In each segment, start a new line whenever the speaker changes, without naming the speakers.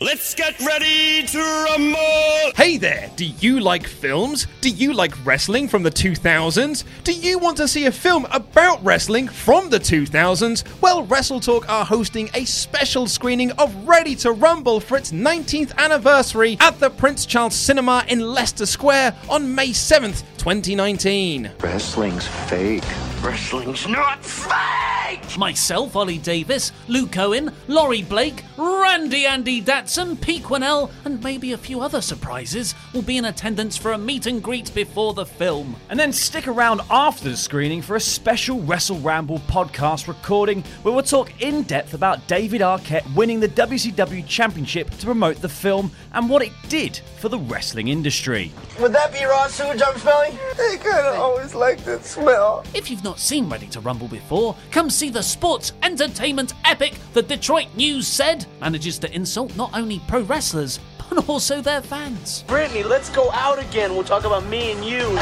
Let's get ready to rumble!
Hey there! Do you like films? Do you like wrestling from the 2000s? Do you want to see a film about wrestling from the 2000s? Well, WrestleTalk are hosting a special screening of Ready to Rumble for its 19th anniversary at the Prince Charles Cinema in Leicester Square on May 7th, 2019.
Wrestling's fake.
Wrestling's not fake!
Myself, Ollie Davis, Lou Cohen, Laurie Blake, Randy Andy Datson, Pete Quinnell, and maybe a few other surprises will be in attendance for a meet and greet before the film.
And then stick around after the screening for a special Wrestle Ramble podcast recording where we'll talk in depth about David Arquette winning the WCW Championship to promote the film and what it did for the wrestling industry.
Would that be raw sewage I'm smelling? I kind of always liked that smell.
If you've not seen Ready to Rumble before, come see the sports entertainment epic the Detroit News said manages to insult not only pro wrestlers, but also their fans.
Brittany, let's go out again. We'll talk about me and you.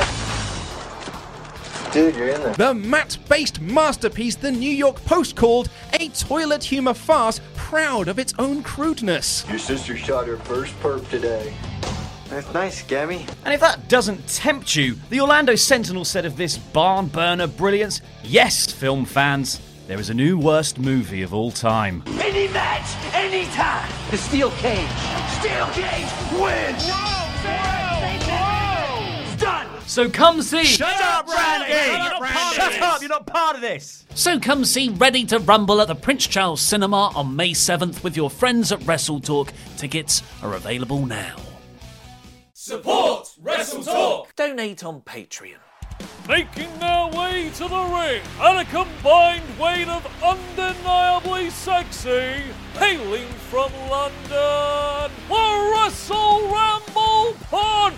Dude, you're in there.
The mat based masterpiece the New York Post called a toilet humor farce proud of its own crudeness.
Your sister shot her first perp today.
That's nice, Gabby.
And if that doesn't tempt you, the Orlando Sentinel said of this barn burner brilliance yes, film fans, there is a new worst movie of all time.
Any match, anytime! The steel cage. Steel cage wins! No! Done!
So come see.
up, Randy!
Shut up, Randy!
Shut up, you're not part of this!
So come see Ready to Rumble at the Prince Charles Cinema on May 7th with your friends at Wrestle Talk. Tickets are available now.
Support Wrestle Talk!
Donate on Patreon.
making their way to the ring at a combined weight of undeniably sexy, hailing from London, the Wrestle Ramble Podcast!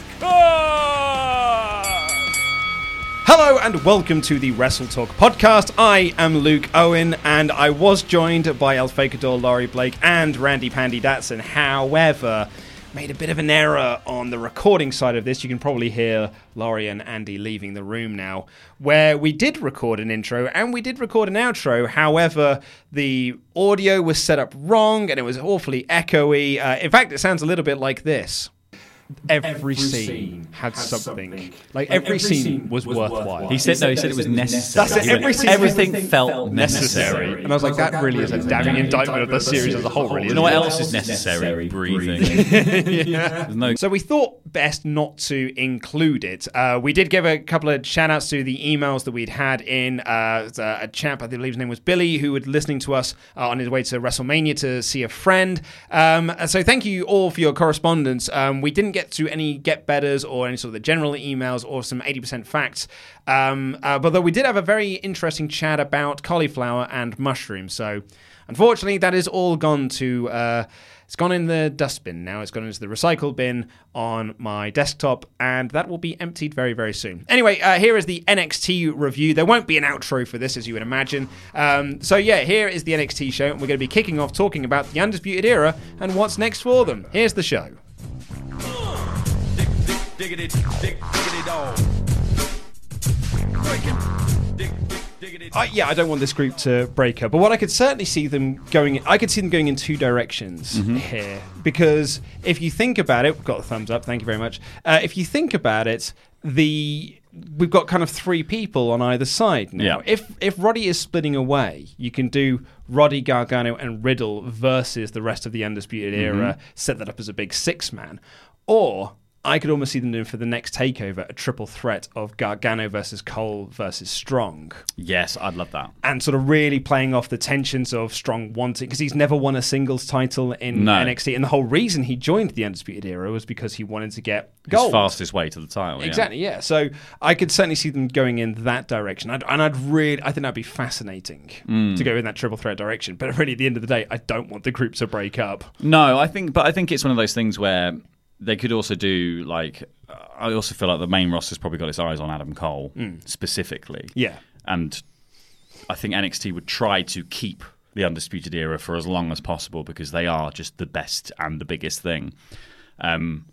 Hello and welcome to the Wrestle Talk podcast. I am Luke Owen and I was joined by El Fakador, Laurie Blake, and Randy Pandy Datson. However, made a bit of an error on the recording side of this. You can probably hear Laurie and Andy leaving the room now, where we did record an intro and we did record an outro. However, the audio was set up wrong and it was awfully echoey. Uh, in fact, it sounds a little bit like this. Every, scene, had something. Like, every, scene, was, worthwhile.
He said no, he said it was necessary.
That's it, every
Everything,
single-
felt necessary.
And I was like, that, really is a damning indictment of the series as a whole, really.
You know what else is necessary? Breathing. There's no
So we thought best not to include it. Uh, we did give a couple of shout outs to the emails that we'd had in. Uh, a a chap, I believe his name was Billy, who was listening to us uh, on his way to WrestleMania to see a friend. Um, so thank you all for your correspondence. Um, we didn't get to any get betters or any sort of the general emails or some 80% facts. Um, uh, but though we did have a very interesting chat about cauliflower and mushrooms. So unfortunately, that is all gone to. Uh, it's gone in the dustbin now. It's gone into the recycle bin on my desktop, and that will be emptied very, very soon. Anyway, uh, here is the NXT review. There won't be an outro for this, as you would imagine. Um, so, yeah, here is the NXT show, and we're going to be kicking off talking about the Undisputed Era and what's next for them. Here's the show.
Dick, dick, diggity, dick, diggity dog. Breaking. Dick, dick,
I, yeah, I don't want this group to break up. But what I could certainly see them going, I could see them going in two directions here. Because if you think about it, we've got a thumbs up, thank you very much. Uh, if you think about it, the we've got kind of three people on either side now.
Yeah.
If if Roddy is splitting away, you can do Roddy Gargano and Riddle versus the rest of the Undisputed Era. Set that up as a big six man, or I could almost see them doing for the next takeover a triple threat of Gargano versus Cole versus Strong
Yes, I'd love that.
and sort of really playing off the tensions of Strong wanting because he's never won a singles title in
No.
NXT, and the whole reason he joined the Undisputed Era was because he wanted to get
His
gold.
fastest way to the title. yeah.
Exactly, yeah. So I could certainly see them going in that direction, I'd, and I'd really, I think that'd be fascinating
Mm.
to go in that triple threat direction. But really, at the end of the day, I don't want the group to break up.
No, I think, but I think it's one of those things where they could also do like. I also feel like the main roster's probably got its eyes on Adam Cole specifically.
Hmm. Yeah.
and I think NXT would try to keep the undisputed era for as long as possible because they are just the best and the biggest thing. Um,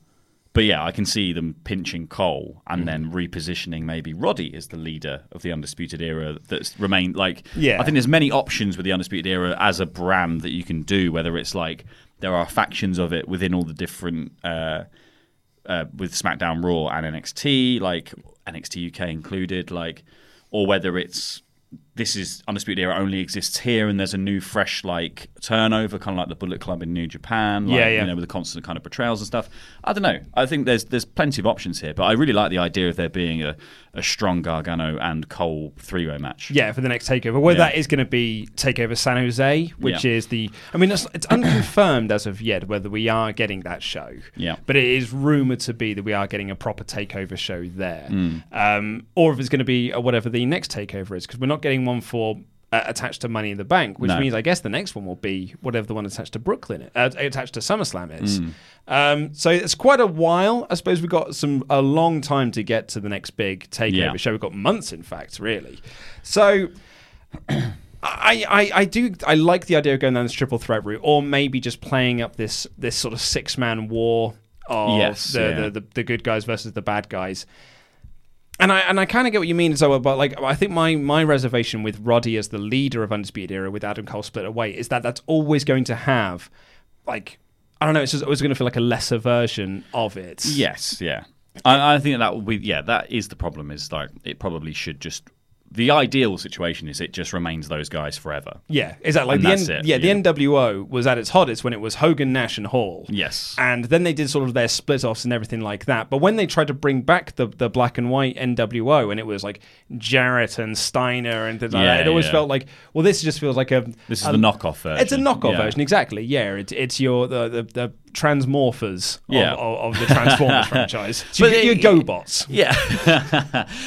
but yeah, I can see them pinching Cole and
Mm.
then repositioning maybe Roddy as the leader of the Undisputed Era that's remained like
Yeah.
I think there's many options with the Undisputed Era as a brand that you can do, whether it's like there are factions of it within all the different uh, uh, with SmackDown Raw and NXT, like NXT UK included, like or whether it's this is Undisputed Era only exists here and there's a new fresh like turnover, kinda like the Bullet Club in New Japan, like,
Yeah, yeah.
you know, with the constant kind of portrayals and stuff. I don't know. I think there's there's plenty of options here, but I really like the idea of there being a, a strong Gargano and Cole three way match.
Yeah, for the next takeover. Whether
Yeah.
that is going to be takeover San Jose, which
Yeah.
is the, I mean, it's, it's unconfirmed as of yet whether we are getting that show.
Yeah.
but it is rumored to be that we are getting a proper takeover show there,
Hmm.
um, or if it's going to be uh, whatever the next takeover is, because we're not getting one for. Uh, attached to Money in the Bank, which
No.
means I guess the next one will be whatever the one attached to Brooklyn, uh, attached to SummerSlam is.
Hmm.
Um, so it's quite a while. I suppose we've got some a long time to get to the next big takeover
Yeah.
show. We've got months, in fact, really. So I, I, I do I like the idea of going down this triple threat route, or maybe just playing up this this sort of six man war of
Yes,
the,
yeah.
the, the the good guys versus the bad guys. And I and I kind of get what you mean as well, but like I think my my reservation with Roddy as the leader of Undisputed Era with Adam Cole split away is that that's always going to have like I don't know, it's just always going to feel like a lesser version of it.
Yes, yeah. I, I think that will be yeah. That is the problem. Is like it probably should just the ideal situation is it just remains those guys forever.
Yeah, exactly. Like
And
the
that's
N-
it,
yeah,
yeah.
the NWO was at its hottest when it was Hogan, Nash, and Hall.
Yes.
and then they did sort of their split offs and everything like that. But when they tried to bring back the the black and white NWO, and it was like Jarrett and Steiner and things like
Yeah,
that, it always
yeah.
felt like, well, this just feels like a
This is
a-
the knockoff version.
Um, It's a knockoff
Yeah.
version, exactly. Yeah, it, it's your the the, the transmorphers of,
Yeah.
of, of the Transformers franchise. So you
But
get your
it-
Go Bots.
Yeah,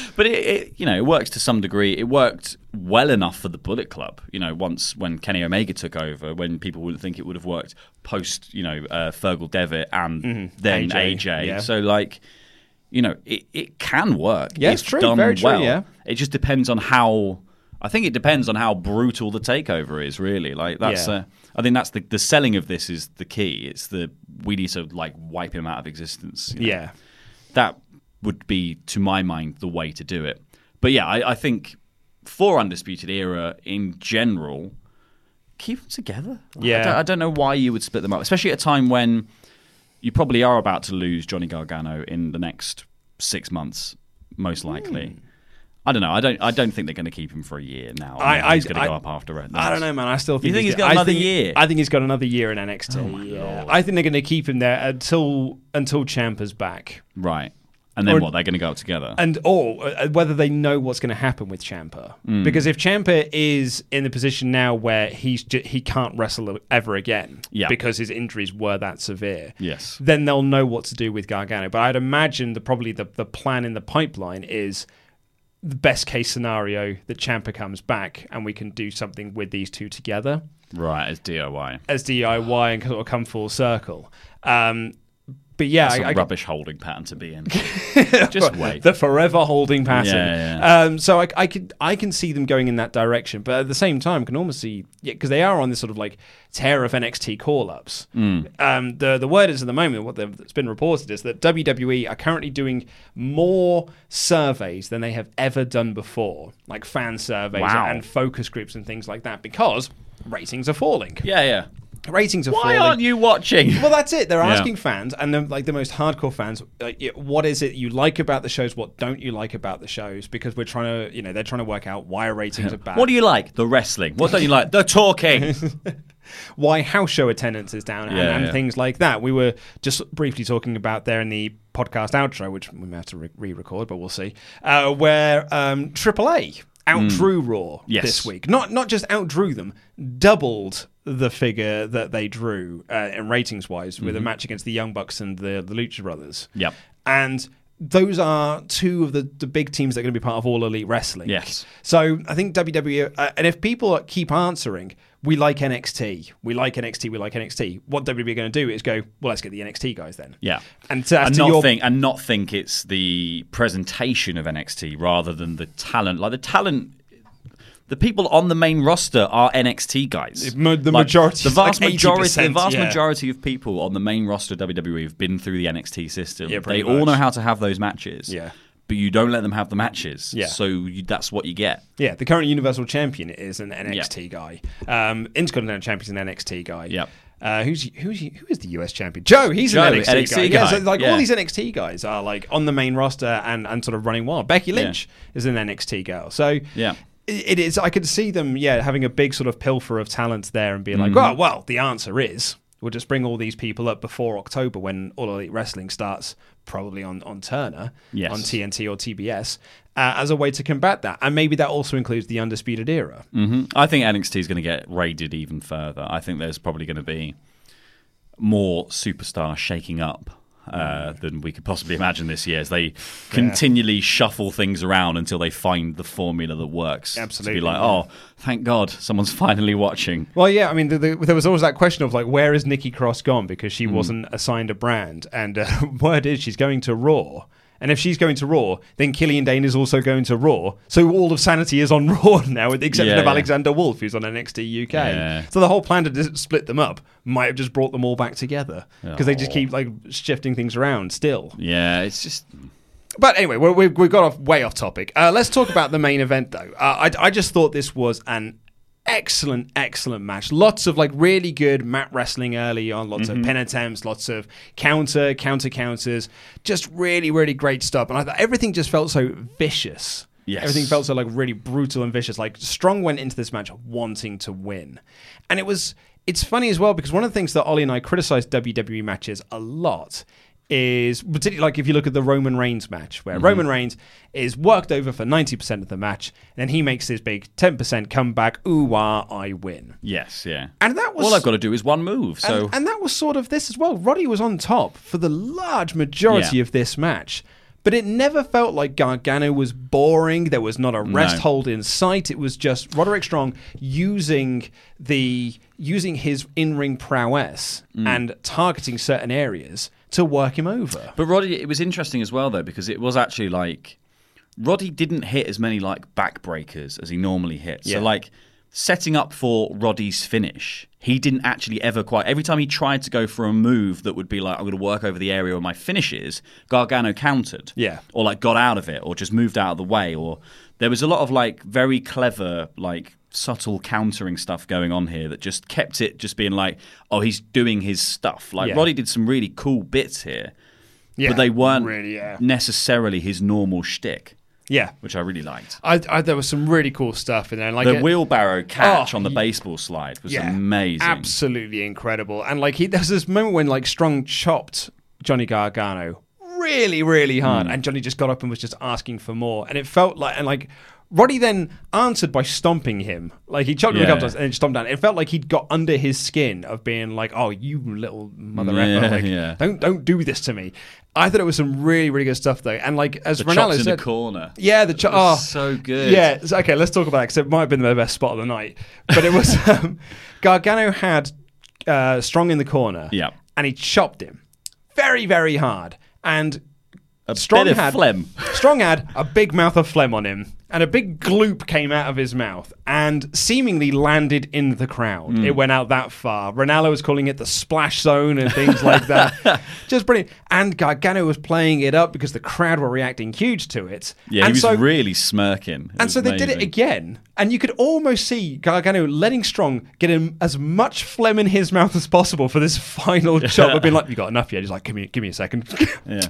but it, it you know it works to some degree. It worked well enough for the Bullet Club. You know, once when Kenny Omega took over, when people wouldn't think it would have worked post you know uh, Fergal Devitt and then
AJ,
AJ.
Mm-hmm. yeah.
So like, you know, it, it can work.
Yeah, it's true,
Done
very true,
well.
yeah.
It just depends on how. I think it depends on how brutal the takeover is. Really, like that's.
Yeah.
Uh, I think that's the the selling of this is the key. It's the we need to like wipe him out of existence. you know?
Yeah.
that would be, to my mind, the way to do it. But yeah, I, I think for Undisputed Era in general, keep them together.
Yeah.
I don't, I don't know why you would split them up, especially at a time when you probably are about to lose Johnny Gargano in the next six months, most likely.
Hmm.
I don't know. I don't. I don't think they're going to keep him for a year now.
I-
think he's
I-
going to go
I-
up after it.
I don't know, man. I still think
think he's
go-
got
I
another
think-
year? Oh,
I think he's got another year in NXT. yeah. Oh, I think they're going to keep him there until until Champa's back,
Right. And then
Or-
what? They're going to go up together.
and or uh, whether they know what's going to happen with Champa.
Mm.
Because if Champa is in the position now where he's ju- he can't wrestle e-, ever again,
Yeah.
because his injuries were that severe,
Yes.
then they'll know what to do with Gargano. But I'd imagine the probably the the plan in the pipeline is. The best case scenario that Champa comes back and we can do something with these two together.
right. It's DIY.
as DIY and sort of come full circle. Um, but yeah,
That's a
I- I-
rubbish holding pattern to be in. Just wait.
the forever holding pattern.
Yeah,
Um, so I, I could I can see them going in that direction, but at the same time, can almost see yeah because they are on this sort of like tear of NXT call ups.
Mm.
Um, the the word is at the moment what they've- that's been reported is that WWE are currently doing more surveys than they have ever done before, like fan surveys
Wow.
and focus groups and things like that, because ratings are falling.
yeah, yeah.
Ratings are
Why
falling.
aren't you watching?
Well, that's it. They're
Yeah.
asking fans, and the, like the most hardcore fans, like, yeah, what is it you like about the shows? What don't you like about the shows? Because we're trying to, you know, they're trying to work out why our ratings are bad.
What do you like? The wrestling. What don't you like? The talking.
why house show attendance is down, and,
Yeah,
and
yeah.
things like that. We were just briefly talking about there in the podcast outro, which we may have to re- re-record, but we'll see. Uh, where um, AAA outdrew Raw
Mm. Yes.
this week. Not not just outdrew them, doubled the figure that they drew uh, in ratings wise with a match against the Young Bucks and the the Lucha Brothers.
Mm-hmm. Yep.
and. Those are two of the, the big teams that are going to be part of All Elite Wrestling.
Yes.
So I think WWE, uh, and if people keep answering, we like NXT, we like NXT, we like NXT, what WWE are going to do is go, well, let's get the NXT guys then.
Yeah,
And to, as
and
to
not
your
think and not think it's the presentation of NXT rather than the talent. Like the talent, the people on the main roster are NXT guys.
If mo- the
Like,
majority-
the vast
like
majority, the
80%,
vast
yeah.
majority of people on the main roster of WWE have been through the NXT system.
Yeah, pretty
they all
much.
know how to have those matches.
Yeah.
but you don't let them have the matches.
Yeah.
so you, that's what you get.
Yeah, the current Universal Champion is an NXT guy. Um, Intercontinental Champion's an NXT guy.
Yep.
Uh, who's who's who is the US champion? Joe. He's
Joe,
an NXT,
NXT guy,
guy. Yeah, so like
yeah.
all these NXT guys are like on the main roster and, and sort of running wild. Becky Lynch is an NXT girl. So
Yeah.
i- it is. I could see them yeah having a big sort of pilfer of talent there and being
Mm-hmm.
like, oh well, the answer is we'll just bring all these people up before October when All Elite Wrestling starts, probably on on Turner,
Yes.
on TNT or TBS. Uh, as a way to combat that, and maybe that also includes the undisputed era.
I think NXT is going to get raided even further. I think there's probably going to be more superstar shaking up uh, than we could possibly imagine this year as they continually shuffle things around until they find the formula that works.
Absolutely,
To be like,
yeah.
oh, thank God someone's finally watching.
Well, yeah, I mean, the, the, there was always that question of like, where is Nikki Cross gone because
Mm.
she wasn't assigned a brand, and uh, word is she's going to Raw. And if she's going to Raw, then Killian Dane is also going to Raw. So all of sanity is on Raw now, with the exception
Yeah,
of
yeah.
Alexander Wolf, who's on NXT UK.
Yeah.
So the whole plan to dis- split them up might have just brought them all back together because they just
Aw.
keep like shifting things around still.
Yeah, it's just
But anyway, we're, we've, we've got off way off topic. Uh, let's talk about the main event, though. Uh, I, I just thought this was an excellent, excellent match. Lots of like really good mat wrestling early on. Lots of pin attempts, lots of counter, counter counters. Just really, really great stuff. And I thought everything just felt so vicious.
Yes.
Everything felt so like really brutal and vicious. Like Strong went into this match wanting to win. And it was it's funny as well because one of the things that Ollie and I criticize WWE E matches a lot is particularly like if you look at the Roman Reigns match, where Roman Reigns is worked over for 90% of the match, and then he makes his big 10% comeback, ooh ah, I win.
yes, yeah.
And that was
all I've got to do is one move. So
and, and that was sort of this as well. Roddy was on top for the large majority
Yeah.
of this match, but it never felt like Gargano was boring. There was not a rest
No.
hold in sight. It was just Roderick Strong using the using his in ring prowess
Mm.
and targeting certain areas to work him over.
But Roddy, it was interesting as well though because it was actually like Roddy didn't hit as many like backbreakers as he normally hits.
Yeah.
So like setting up for Roddy's finish, he didn't actually ever quite. Every time he tried to go for a move that would be like I'm going to work over the area where my finish is, Gargano countered.
Yeah.
Or like got out of it or just moved out of the way or there was a lot of like very clever like subtle countering stuff going on here that just kept it just being like oh he's doing his stuff like
Yeah.
Roddy did some really cool bits here
Yeah,
but they weren't
really, yeah.
necessarily his normal shtick,
Yeah.
which I really liked.
I, I, there was some really cool stuff in there. and Like
the
it-
wheelbarrow catch
Oh,
on the
y-
baseball slide was amazing.
Absolutely incredible. And like he there's this moment when like Strong chopped Johnny Gargano really, really hard.
Hmm.
And Johnny just got up and was just asking for more. And it felt like and like Roddy then answered by stomping him. Like he chopped him a
Yeah.
couple times and then stomped down. It felt like he'd got under his skin of being like, "Oh, you little mother
Yeah,
effer! Like,
yeah.
don't don't do this to me." I thought it was some really really good stuff though. And like as
The
Ronaldo
chops in
said,
the corner.
yeah, the cho- oh,
was so good.
Yeah, so- okay, let's talk about it because it might have been the best spot of the night. But it was um, Gargano had uh, Strong in the corner.
Yeah.
and he chopped him. very, very hard. And
A
Strong
bit of
had
phlegm.
Strong had a big mouth of phlegm on him, and a big gloop came out of his mouth and seemingly landed in the crowd.
Hmm.
It went out that far. Ronaldo was calling it the splash zone and things like that. Just brilliant. And Gargano was playing it up because the crowd were reacting huge to it.
Yeah,
and
he was
so,
really smirking. It
and
was
so they did it
amazing.
again, and you could almost see Gargano letting Strong get him as much phlegm in his mouth as possible for this final chop. I've been like, "You got enough yet?" He's like, "Give me, give me a second.
Yeah.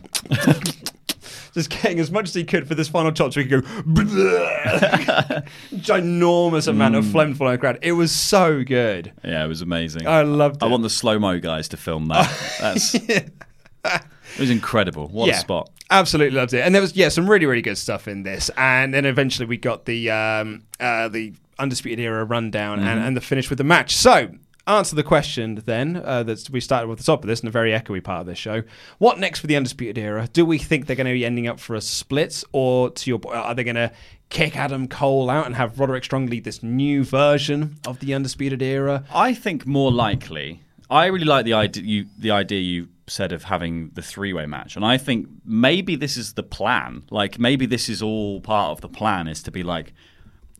just getting as much as he could for this final chop so he could go "Bleh." ginormous amount of phlegm flying crowd. It was so good.
Yeah, it was amazing.
I loved it.
I want the slow mo guys to film that. That's it was incredible. What a spot!
Absolutely loved it. And there was yeah, some really, really good stuff in this. And then eventually we got the um uh the Undisputed Era rundown and, and the finish with the match. So Answer the question then uh, that we started with the top of this and a very echoey part of this show. What next for the Undisputed Era? Do we think they're going to be ending up for a split, or to your point, are they going to kick Adam Cole out and have Roderick Strong lead this new version of the Undisputed Era?
I think more likely. I really like the idea you the idea you said of having the three way match, and I think maybe this is the plan. Like maybe this is all part of the plan is to be like,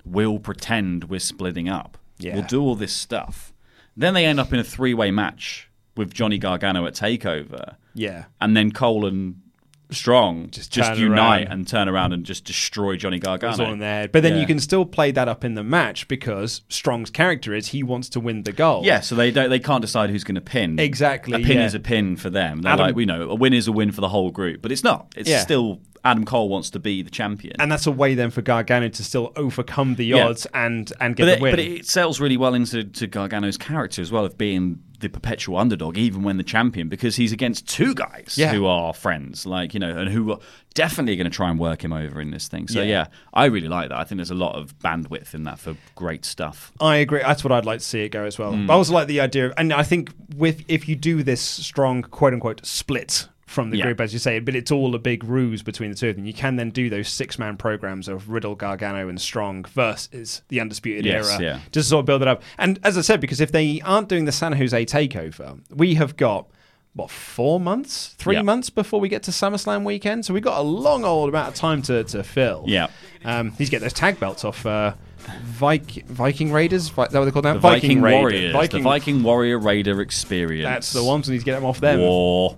we'll pretend we're splitting up.
Yeah.
We'll do all this stuff. Then they end up in a three way match with Johnny Gargano at Takeover.
Yeah.
and then Cole and Strong
Just
just,
turn
unite
around.
and turn around and just destroy Johnny Gargano.
was on there. But then you
Yeah.
can still play that up in the match because Strong's character is he wants to win the goal.
Yeah, so they don't they can't decide who's going to pin.
Exactly,
a pin
yeah.
is a pin for them. They're
Adam-
like, we know, a win is a win for the whole group, but it's not. It's
Yeah.
still Adam Cole wants to be the champion.
And that's a way then for Gargano to still overcome the
Yeah.
odds and and get
but,
the
it,
win.
but it sells really well into to Gargano's character as well of being the perpetual underdog, even when the champion, because he's against two guys
Yeah.
who are friends, like you know, and who are definitely going to try and work him over in this thing. So
Yeah.
yeah. I really like that. I think there's a lot of bandwidth in that for great stuff.
I agree. That's what I'd like to see it go as
Hmm.
well. But I also like the idea, of, and I think with if you do this strong quote unquote split from the
Yeah.
group, as you say, but it's all a big ruse between the two of them. You can then do those six man programs of Riddle, Gargano, and Strong versus the Undisputed
Yes,
Era,
yeah.
just to sort of build it up. And as I said, because if they aren't doing the San Jose takeover, we have got. What four months, three
Yeah.
months before we get to SummerSlam weekend, so we've got a long old amount of time to, to fill.
Yeah.
Um, he's getting those tag belts off uh, Viking, Viking Raiders. Vi- Is that what they call them?
The Viking,
Raider.
Warriors,
Viking.
the Viking Warrior Raider experience.
That's the ones, and he's getting them off them. Uh,
War.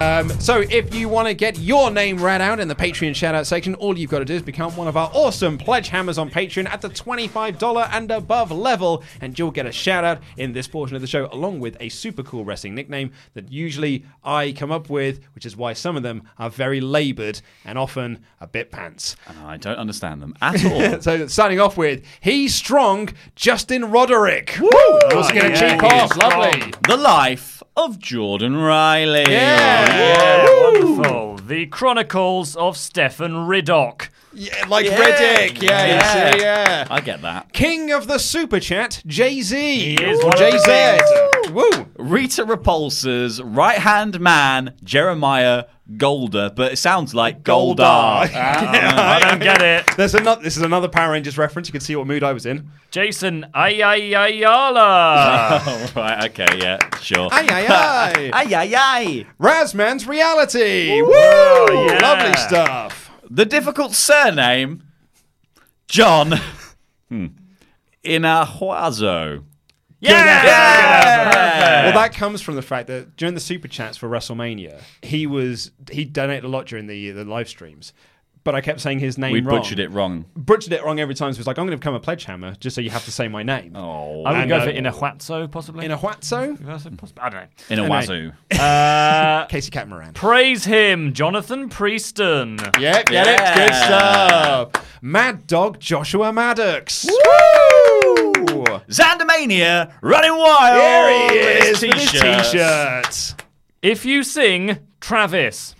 Um, so if you want to get your name read out in the Patreon shoutout section, all you've got to do is become one of our awesome pledge hammers on Patreon at the $25 and above level, and you'll get a shout out in this portion of the show, along with a super cool wrestling nickname that usually I come up with, which is why some of them are very labored and often a bit pants.
I don't understand them at all.
so starting off with he's strong, Justin Roderick. Woo!
Ah,
Also going to cheap off, lovely.
The life of Jordan Riley.
Yeah, wonderful. Oh, The Chronicles of Stefan Riddock.
Yeah, like Riddick. Yeah, yeah, yeah, yeah.
I get that.
King of the super chat, Jay Z.
He is one of the
Jay Z. Woo!
Rita Repulsa's right hand man, Jeremiah Golder, but it sounds like Goldar. Ah,
I don't get
Uh,
it.
There's another. This is another Power Rangers reference. You can see what mood I was in.
Jason Ayala.
Oh, right, okay, yeah, sure.
Aye, aye, aye.
aye, aye, aye.
Razman's reality. Woo!
yeah.
Lovely stuff.
The difficult surname, John hmm. Inahuazo.
Yeah!
Well, that comes from the fact that during the super chats for WrestleMania, he was he donated a lot during the the live streams. But I kept saying his name
We
wrong.
butchered it wrong.
Butchered it wrong every time. So it was like, I'm going to become a pledge hammer just so you have to say my name.
Oh,
I would
And,
go
uh,
for in a huatso, possibly.
in a huatso.
Possibly. I don't know.
In a wazoo.
Uh,
Casey Catmoran.
praise him, Jonathan Prieston.
Yep, get
Yeah.
it. Good stuff. Mad Dog Joshua Maddox. Woo!
Xandermania running wild.
There he
with his
is. with his
t-shirts.
T-shirts.
If you sing Travis,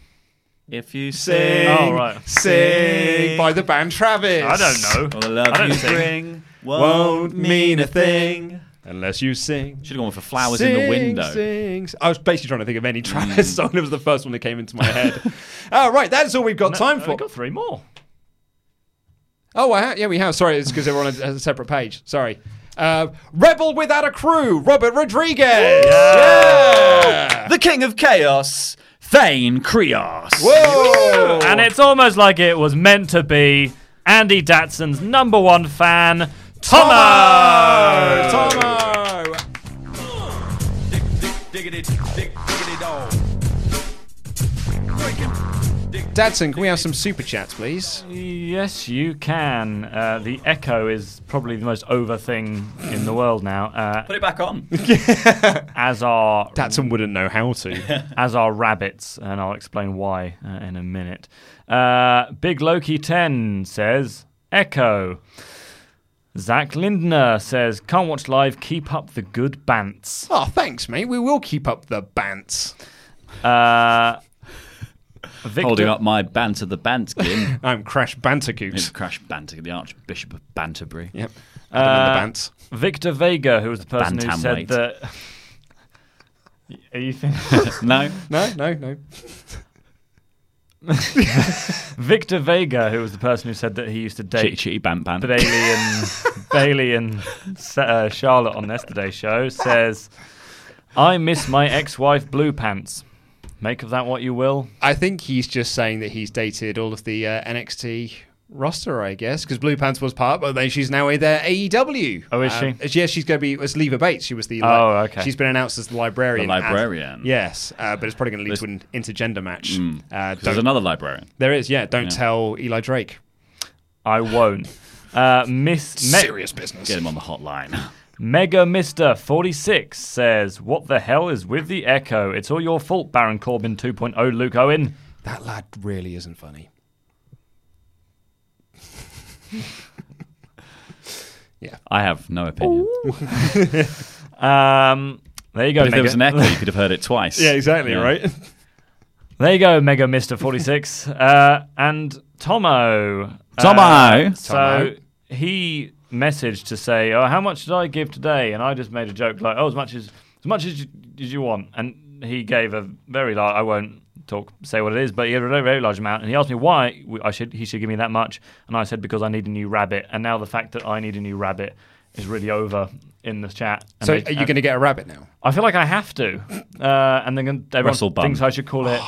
If you
Sing,
sing,
Oh, right.
sing by the band Travis.
I don't know.
all the love
I don't
you
sing.
bring
Won't mean a thing unless you sing.
Should have gone for flowers in the
Sing,
window.
sing, s- I was basically trying to think of any Travis song. It was the first one that came into my head. all right, that's all we've got time
Uh,
for.
we got three more.
Oh, I ha- yeah, we have. Sorry, it's because everyone has a separate page. Sorry. Uh, Rebel without a crew. Robert Rodriguez. Yeah.
The king of chaos, Thane Krios.
Whoa.
And it's almost like it was meant to be Andy Datson's number one fan, Tomo.
Tomo. Dadson, can we have some super chats, please?
Yes, you can. Uh, the echo is probably the most over thing in the world now, uh,
Put it back on.
as are
Dadson wouldn't know how to.
as are rabbits, and I'll explain why uh, in a minute. Uh, Big Loki Ten says echo. Zach Lindner says can't watch live. Keep up the good bants.
oh, thanks, mate. We will keep up the bants.
Uh, Victor,
Holding up my banter the bantkin.
I'm Crash
It's
Bantercoot.
Crash Banter, the Archbishop of Banterbury.
yep. Adam and the bants.
Victor Vega, who was the person who
Bantam
said
weight.
that. Are you thinking?
No?
No, no, no.
Victor Vega, who was the person who said that he used to
Chitty
date
chitty bant bant.
Bailey and Bailey and Sa- uh, Charlotte on yesterday's show, says, "I miss my ex-wife Blue Pants. Make of that what you will."
I think he's just saying that he's dated all of the uh, NXT roster, I guess, because Blue Pants was part, but then she's now uh, in their AEW.
Oh, is
E Um,
she?
Yeah, she's going to be. It's Leva Bates. She was the.
Oh, okay.
She's been announced as the librarian.
The
at-
librarian. Mm.
yes, uh, but it's probably going to lead to an intergender match. Uh,
There's
don't,
another librarian.
there is, yeah. Don't
Yeah.
tell Eli Drake.
I won't. Uh, Miss Me-
Serious business.
Get him on the hotline.
Mega Mister Forty Six says, "What the hell is with the echo? It's all your fault, Baron Corbin 2.0, Luke Owen."
That lad really isn't funny.
I have no opinion.
Um, there you go.
But if there
Mega-
was an echo, you could have heard it twice.
Yeah, exactly.
Yeah.
Right.
There you go, Mega Mister Forty Six, uh, and Tomo. Uh,
Tomo.
so he messaged to say, "Oh, how much did I give today?" And I just made a joke like, "Oh, as much as as much as you, as you want." And he gave a very large. I won't talk say what it is, but he had a very, very large amount, and he asked me why we- I should he should give me that much, and I said because I need a new rabbit, and now the fact that I need a new rabbit is really over in the chat. And
So
they-
are you
and-
going to get a rabbit now?
I feel like I have to, uh, and then everyone
Wrestle bun.
thinks I should call it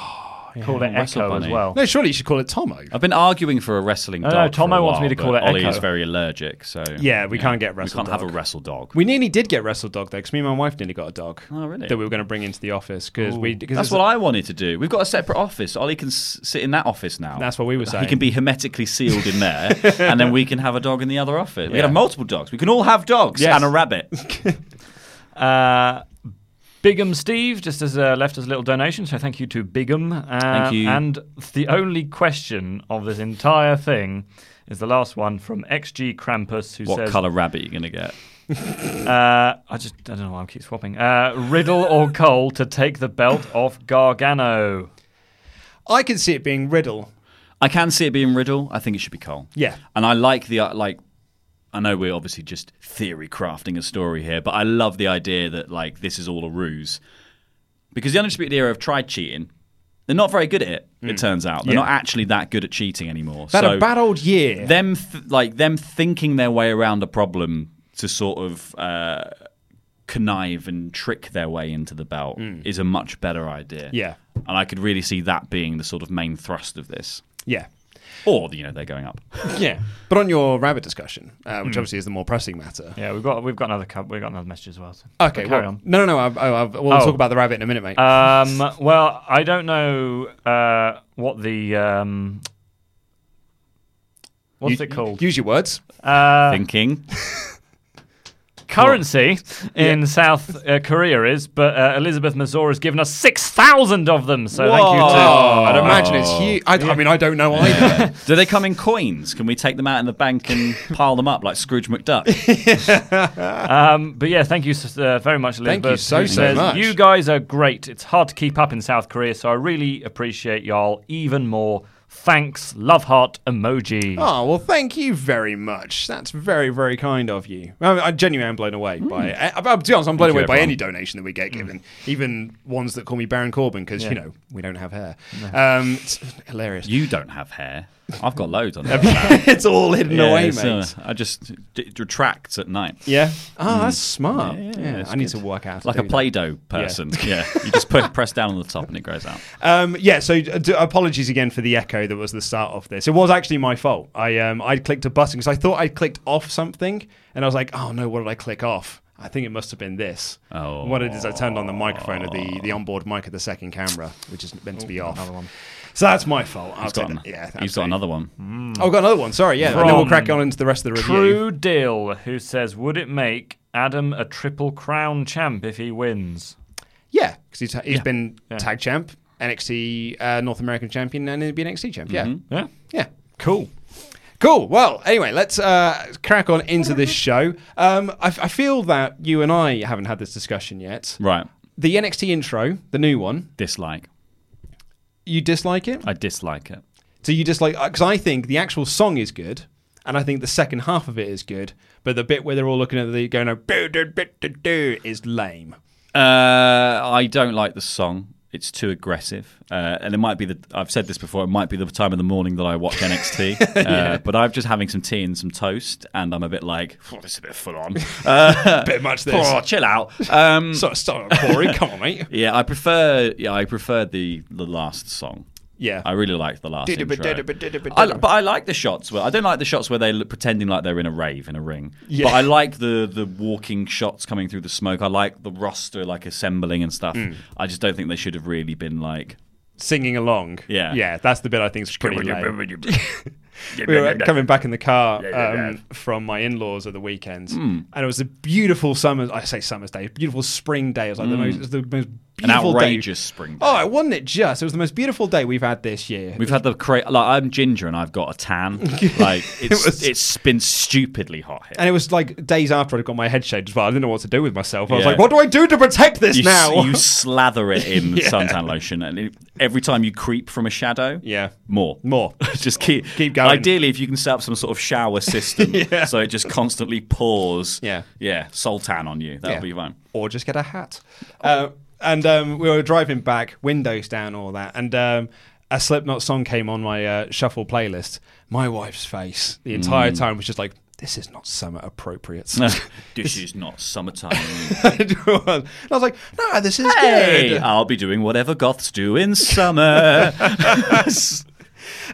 call it
Wrestle
Echo as
bunny.
well.
No, surely you should call it Tomo.
I've been arguing for a wrestling
No,
dog.
no, Tomo
for a
wants me
while,
to call
but
it
Ollie
Echo.
is very allergic, so
Yeah, we can't get wrestle
We can't have
dog.
a wrestle dog.
We nearly did get wrestle dog though, because me and my wife nearly got a dog.
Oh, really?
That we were going to bring into the office because we. Cause
That's what I wanted to do. We've got a separate office. Ollie can s- sit in that office now.
That's what we were saying.
He can be hermetically sealed in there, and then we can have a dog in the other office. We can have multiple dogs. We can all have dogs
Yes.
and a rabbit.
Uh, Bigham Steve just has uh, left us a little donation, so thank you to Bigham. Um,
Thank you.
And the only question of this entire thing is the last one from XG Krampus, who
what
says,
colour rabbit are you going to get?
uh, "I just I don't know why I keep swapping uh, Riddle or Cole to take the belt off Gargano."
I can see it being Riddle.
I can see it being Riddle. I think it should be Cole.
Yeah.
and I like the uh, like. I know we're obviously just theory crafting a story here, but I love the idea that like this is all a ruse because the Undisputed Era have tried cheating. They're not very good at it. It turns out they're
Mm. Yeah.
not actually that good at cheating anymore.
They've had
so
a bad old year.
Them th- like them thinking their way around a problem to sort of. Uh, connive and trick their way into the belt is a much better idea.
Mm. Yeah.
And I could really see that being the sort of main thrust of this
Yeah.
or you know they're going up.
Yeah. But on your rabbit discussion, uh, which
Mm.
obviously is the more pressing matter.
Yeah, we've got we've got another cup, we've got another message as well. so-
Okay,
but
well,
carry on.
No, no, no. I've, i I've, we'll
Oh.
talk about the rabbit in a minute, mate.
Um, well, I don't know uh, what the um, what's
You-
it called?
Use your words. Ah.
Uh,
Thinking
currency in South uh, Korea is, but uh, Elizabeth Mazur has given us six thousand of them. So thank you. To,
Oh, I'd imagine it's huge. I, I mean, I don't know either.
Uh, do they come in coins? Can we take them out in the bank and pile them up like Scrooge McDuck?
Um, but yeah, thank you s- uh, very much, Elizabeth.
Thank you so,
who
so
says,
much.
You guys are great. It's hard to keep up in South Korea, so I really appreciate y'all even more. Thanks, love heart emoji.
Oh, well, thank you very much. That's very, very kind of you. I, I genuinely am blown away by it. I, I, to be honest, I'm
Thank Hmm. you,
blown away by
everyone.
any donation that we get
Hmm.
given, even ones that call me Baron Corbin, because, you
Yeah.
know, we don't have hair. Um, it's hilarious.
you don't have hair. I've got loads on. there.
it's all hidden
Yeah,
away,
it's,
mate.
uh, I just d- retracts at night.
yeah. Oh, that's smart. Yeah,
Hmm. it's
I need
good.
to work out. how to
Like a
do that.
Play-Doh person. Yeah, you just put, press down on the top and it goes out.
Um, yeah, so uh, d- apologies again for the echo that was the start of this. It was actually my fault. I um, I clicked a button because I thought I clicked off something, and I was like, oh no, what did I click off? I think it must have been this.
Oh.
What it is, I turned on the microphone of the, the onboard mic of the second camera, which is meant to be off. So that's my fault. I'll
He's
take
got,
that.
an-
Yeah,
he's got
absolutely.
another one.
Oh, I've got another one. Sorry, yeah. And then we'll
From
crack on into the rest of the review.
True Dill, who says, Would it make Adam a triple crown champ if he wins?
Yeah, because he's, he's been tag champ, NXT uh, North American champion, and he'll be NXT champ. Yeah.
Mm-hmm.
Yeah.
Yeah. Cool. Cool. Well, anyway, let's uh, crack on into this show. Um, I, I feel that you and I haven't had this discussion yet.
Right,
The NXT intro, the new one,
dislike.
you dislike it?
I dislike it.
So you dislike, because I think the actual song is good, and I think the second half of it is good, but the bit where they're all looking at the going, "Oh, do, do, do, do, do, is lame.
Uh, I don't like the song. It's too aggressive, uh, and it might be the. I've said this before. It might be the time of the morning that I watch NXT, uh, but I'm just having some tea and some toast, and I'm a bit like, oh, this is a bit full on. Uh,
Bit much this.
Oh, chill out. Um,
So start pouring. Come on, mate.
yeah, I prefer. Yeah, I prefer the the last song.
Yeah.
I really like the last
Did it,
intro.
but did it, but did it, but
I,
did it.
but I like the shots where I don't like the shots where they look, pretending like they're in a rave in a ring.
Yeah.
But I like the the walking shots coming through the smoke. I like the roster like assembling and stuff.
Mm.
I just don't think they should have really been like
Singing along.
Yeah.
Yeah, that's the bit I think is pretty lame. we were coming back in the car um, from my in-laws at the weekend,
Hmm.
and it was a beautiful summer. I say summer's day, beautiful spring day. It was like the most, it was the most
Hmm. an
beautiful
outrageous
day.
spring. Day.
Oh, it wasn't it just? It was the most beautiful day we've had this year.
Oh. We've had the cra- like I'm ginger and I've got a tan. Like it's it
was-
has been stupidly hot here.
and it was like days after I'd got my head shaved as well. I didn't know what to do with myself. I was
Yeah.
like, what do I do to protect this
you, s-
now?
you slather it in suntan lotion, and it, every time you creep from a shadow,
Yeah.
more,
More.
just keep
Keep going.
Ideally, if you can set up some sort of shower system, so it just constantly pours,
Yeah.
yeah, soltan on you, that'll
Yeah.
be fine. Oh.
or just get a hat. Uh, and um, we were driving back, windows down, all that, and um, a Slipknot song came on my uh, shuffle playlist. My wife's face the entire
Mm.
time was just like, "This is not summer appropriate."
this is not summertime.
It was. And I was like, "No, this is
hey,
good."
I'll be doing whatever goths do in summer.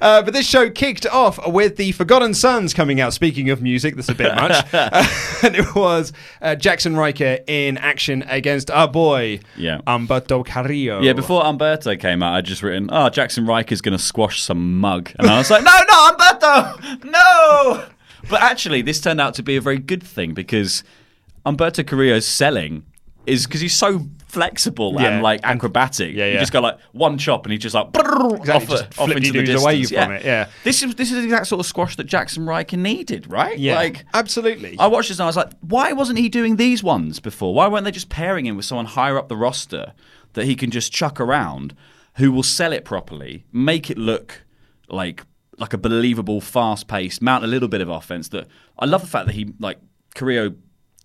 Uh, but this show kicked off with the Forgotten Sons coming out. Speaking of music, that's a bit much. Uh, and it was uh, Jackson Riker in action against our boy
yeah.
Humberto Carrillo.
Yeah, before Umberto came out, I'd just written, oh, Jackson Riker's going to squash some mug. And I was like, no, no, Umberto, no. But actually, this turned out to be a very good thing because Umberto Carrillo's selling is because he's so flexible
Yeah.
and like acrobatic. Yeah, You
yeah.
just go like one chop and he's just like brrrr,
Exactly,
off,
just
off into the
flip-de-doos
distance.
away from it, yeah.
This is this is the exact sort of squash that Jackson Riker needed, right?
Yeah,
Like
absolutely.
I watched this and I was like, why wasn't he doing these ones before? Why weren't they just pairing him with someone higher up the roster that he can just chuck around, who will sell it properly, make it look like like a believable, fast paced, mount a little bit of offense. That I love the fact that he like Carrillo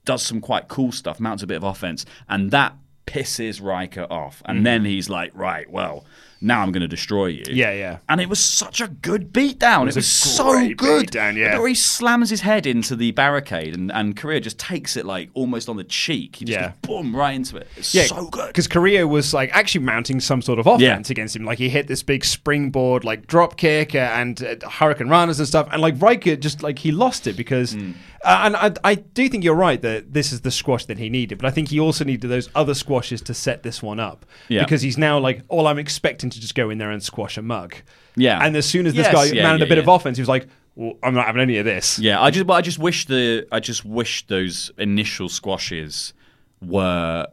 does some quite cool stuff, mounts a bit of offense, and that pisses Riker off. And
Mhm.
then he's like, right, well, now I'm going to destroy you.
Yeah, yeah.
And it was such a good beatdown. It was, so good.
Down,
The bit
yeah.
Where he slams his head into the barricade and, and Korea just takes it like almost on the cheek. He just
Yeah.
goes, boom right into it. It's so good.
Because Carrillo was like actually mounting some sort of offense against him. Like he hit this big springboard like drop kick uh, and uh, hurricane runners and stuff. And like Riker just like he lost it because.
Mm.
Uh, and I, I do think you're right that this is the squash that he needed, but I think he also needed those other squashes to set this one up
Yeah.
because he's now like, all I'm expecting to just go in there and squash a mug.
Yeah.
And as soon as this
Yes,
guy
yeah,
mounted
yeah,
a bit of
yeah.
offense, he was like, well, I'm not having any of this.
Yeah, I just but I just wish the I just wish those initial squashes were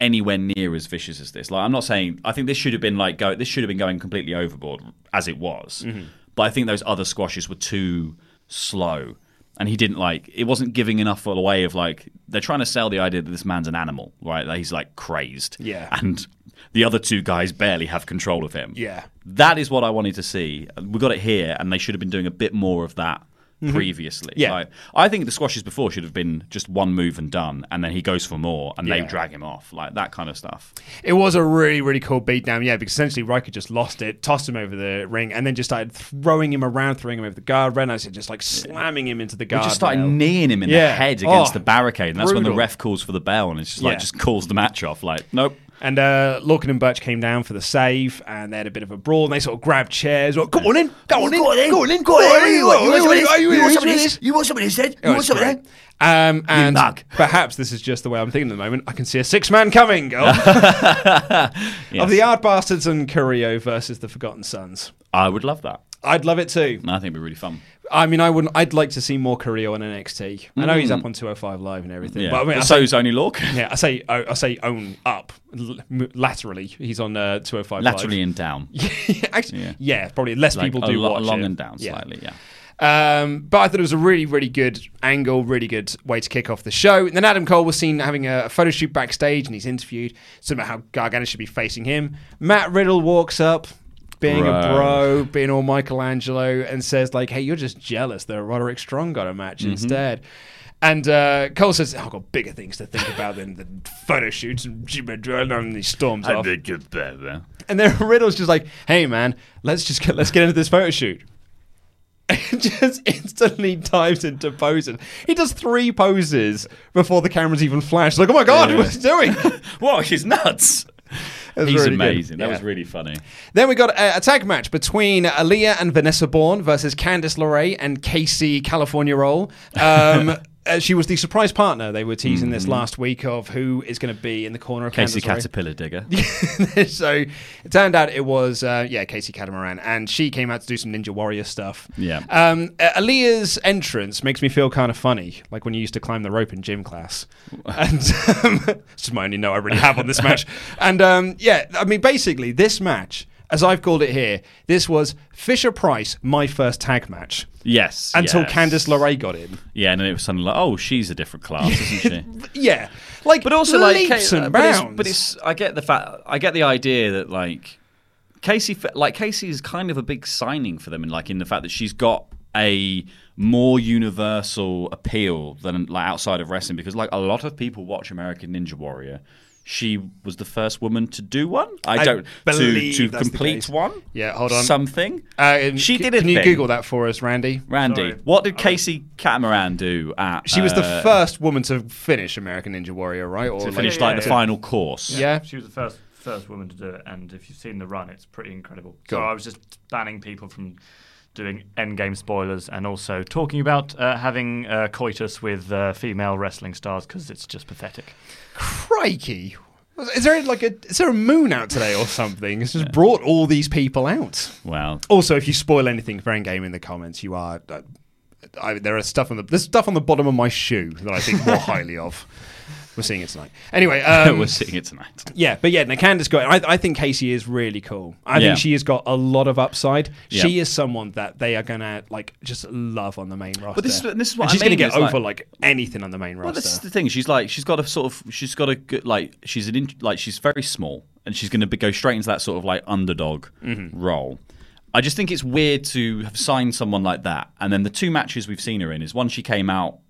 anywhere near as vicious as this. Like I'm not saying I think this should have been like go this should have been going completely overboard as it was.
Mhm.
But I think those other squashes were too slow. And he didn't like it wasn't giving enough away of like they're trying to sell the idea that this man's an animal, right? That he's like crazed.
Yeah.
And the other two guys barely have control of him.
Yeah.
That is what I wanted to see. We got it here, and they should have been doing a bit more of that
Mhm.
previously.
Yeah.
Like, I think the squashes before should have been just one move and done, and then he goes for more, and
Yeah.
they drag him off, like that kind of stuff.
It was a really, really cool beatdown, yeah, because essentially Riker just lost it, tossed him over the ring, and then just started throwing him around, throwing him over the guard. Reynolds just like slamming him into the
We
guard.
just started kneeing him in the head against the barricade, and that's when the ref calls for the bell, and it's just like
Oh, Yeah.
just calls the match off. Like, nope.
And uh, Lorcan and Birch came down for the save, and they had a bit of a brawl, and they sort of grabbed chairs. Well, come on in, go on in, go on in, go on in, go on in.
You want- you want some of
Are
this? You want some of
interested in
this? You want some of this, then?
Oh,
You want
it's
some of
great.
that?
Um, and perhaps this is just the way I'm thinking at the moment. I can see a six man coming girl. of the Art Bastards and Curio versus the Forgotten Sons.
I would love that.
I'd love it too.
I think it'd be really fun.
I mean, I wouldn't. I'd like to see more Curio on NXT. I know he's
Mm.
up on 205 Live and everything.
Yeah.
But I mean,
But
I
so
say-
is only Lorcan.
Yeah, I say oh, I say own up L- m- laterally. He's on uh, 205
Laterally
Live.
and down.
yeah, actually, yeah. probably less
Like,
people
a
do
lo-
watch
long
it.
and down slightly. Yeah.
Um, but I thought it was a really, really good angle, really good way to kick off the show. And then Adam Cole was seen having a photo shoot backstage, and he's interviewed it's about how Gargano should be facing him. Matt Riddle walks up, being a
Bro.
bro, being all Michelangelo, and says like, "Hey, you're just jealous that Roderick Strong got a match
Mhm.
instead." And uh, Cole says, "I've got bigger things to think about than the photo shoots and Jimmy Drell and these storms off."
good better.
And then Riddle's just like, "Hey man, let's just get, let's get into this photo shoot." And just instantly dives into posing. He does three poses before the cameras even flash. Like, oh my god,
Yeah.
what's he doing?
Whoa, he's nuts.
That was
He's
really good.
amazing. That
Yeah.
was really funny.
Then we got a, a tag match between Aaliyah and Vanessa Bourne versus Candice LeRae and Casey California Roll. Um, uh, she was the surprise partner they were teasing this
Mhm.
last week of who is going to be in the corner of
Casey
Candice LeRae.
Caterpillar Digger.
so it turned out it was uh, yeah Casey Catamaran, and she came out to do some Ninja Warrior stuff.
Yeah.
Um, A- Aaliyah's entrance makes me feel kind of funny, like when you used to climb the rope in gym class. And um, this is my only note I really have on this match. And um, yeah, I mean, basically, this match, as I've called it here, this was Fisher Price, my first tag match.
Yes.
Until
yes.
Candice LeRae got in.
Yeah, and then it was suddenly like, oh, she's a different class, isn't she?
Yeah. Like, but also
like,
leaps
Ca-
and
but,
bounds.
it's, but it's, I get the fact, I get the idea that like Casey, f- like Casey is kind of a big signing for them, and like in the fact that she's got a more universal appeal than like outside of wrestling, because like a lot of people watch American Ninja Warrior she was the first woman to do one. I,
I
don't to
believe
to
that's the
complete
case.
one.
Yeah, hold on.
Something.
Uh,
she
c-
did it.
Can you Google that for us, Randy?
Randy,
Sorry.
what did Casey Catamaran do at?
She was the
uh,
first woman to finish American Ninja Warrior, right?
To finish, like, the final course.
Yeah.
She was the first first woman to do it, and if you've seen the run, it's pretty incredible. So
Cool.
I was just banning people from doing endgame spoilers and also talking about uh, having uh, coitus with uh, female wrestling stars because it's just pathetic.
Crikey. Is there like a is there a moon out today or something? It's just brought all these people out.
Wow.
Also, if you spoil anything for Endgame in the comments, you are. Uh, I, there are stuff on the there's stuff on the bottom of my shoe that I think more highly of. We're seeing it tonight. Anyway, um,
we're seeing it tonight.
Yeah, but yeah, no, Candace got. I, I think Casey is really cool. I
Yeah.
think she has got a lot of upside. She
Yeah.
is someone that they are gonna like just love on the main roster.
this is- this is what
And
I
she's
mean
gonna get
is, like-
over like anything on the main
Well,
roster.
this is the thing. She's like, she's got a sort of, she's got a good, like, she's an, in, like, she's very small, and she's going to go straight into that sort of like underdog
Mm-hmm.
Mhm.
role. I just think it's weird to have signed someone like that, and then the two matches we've seen her in is one she came out,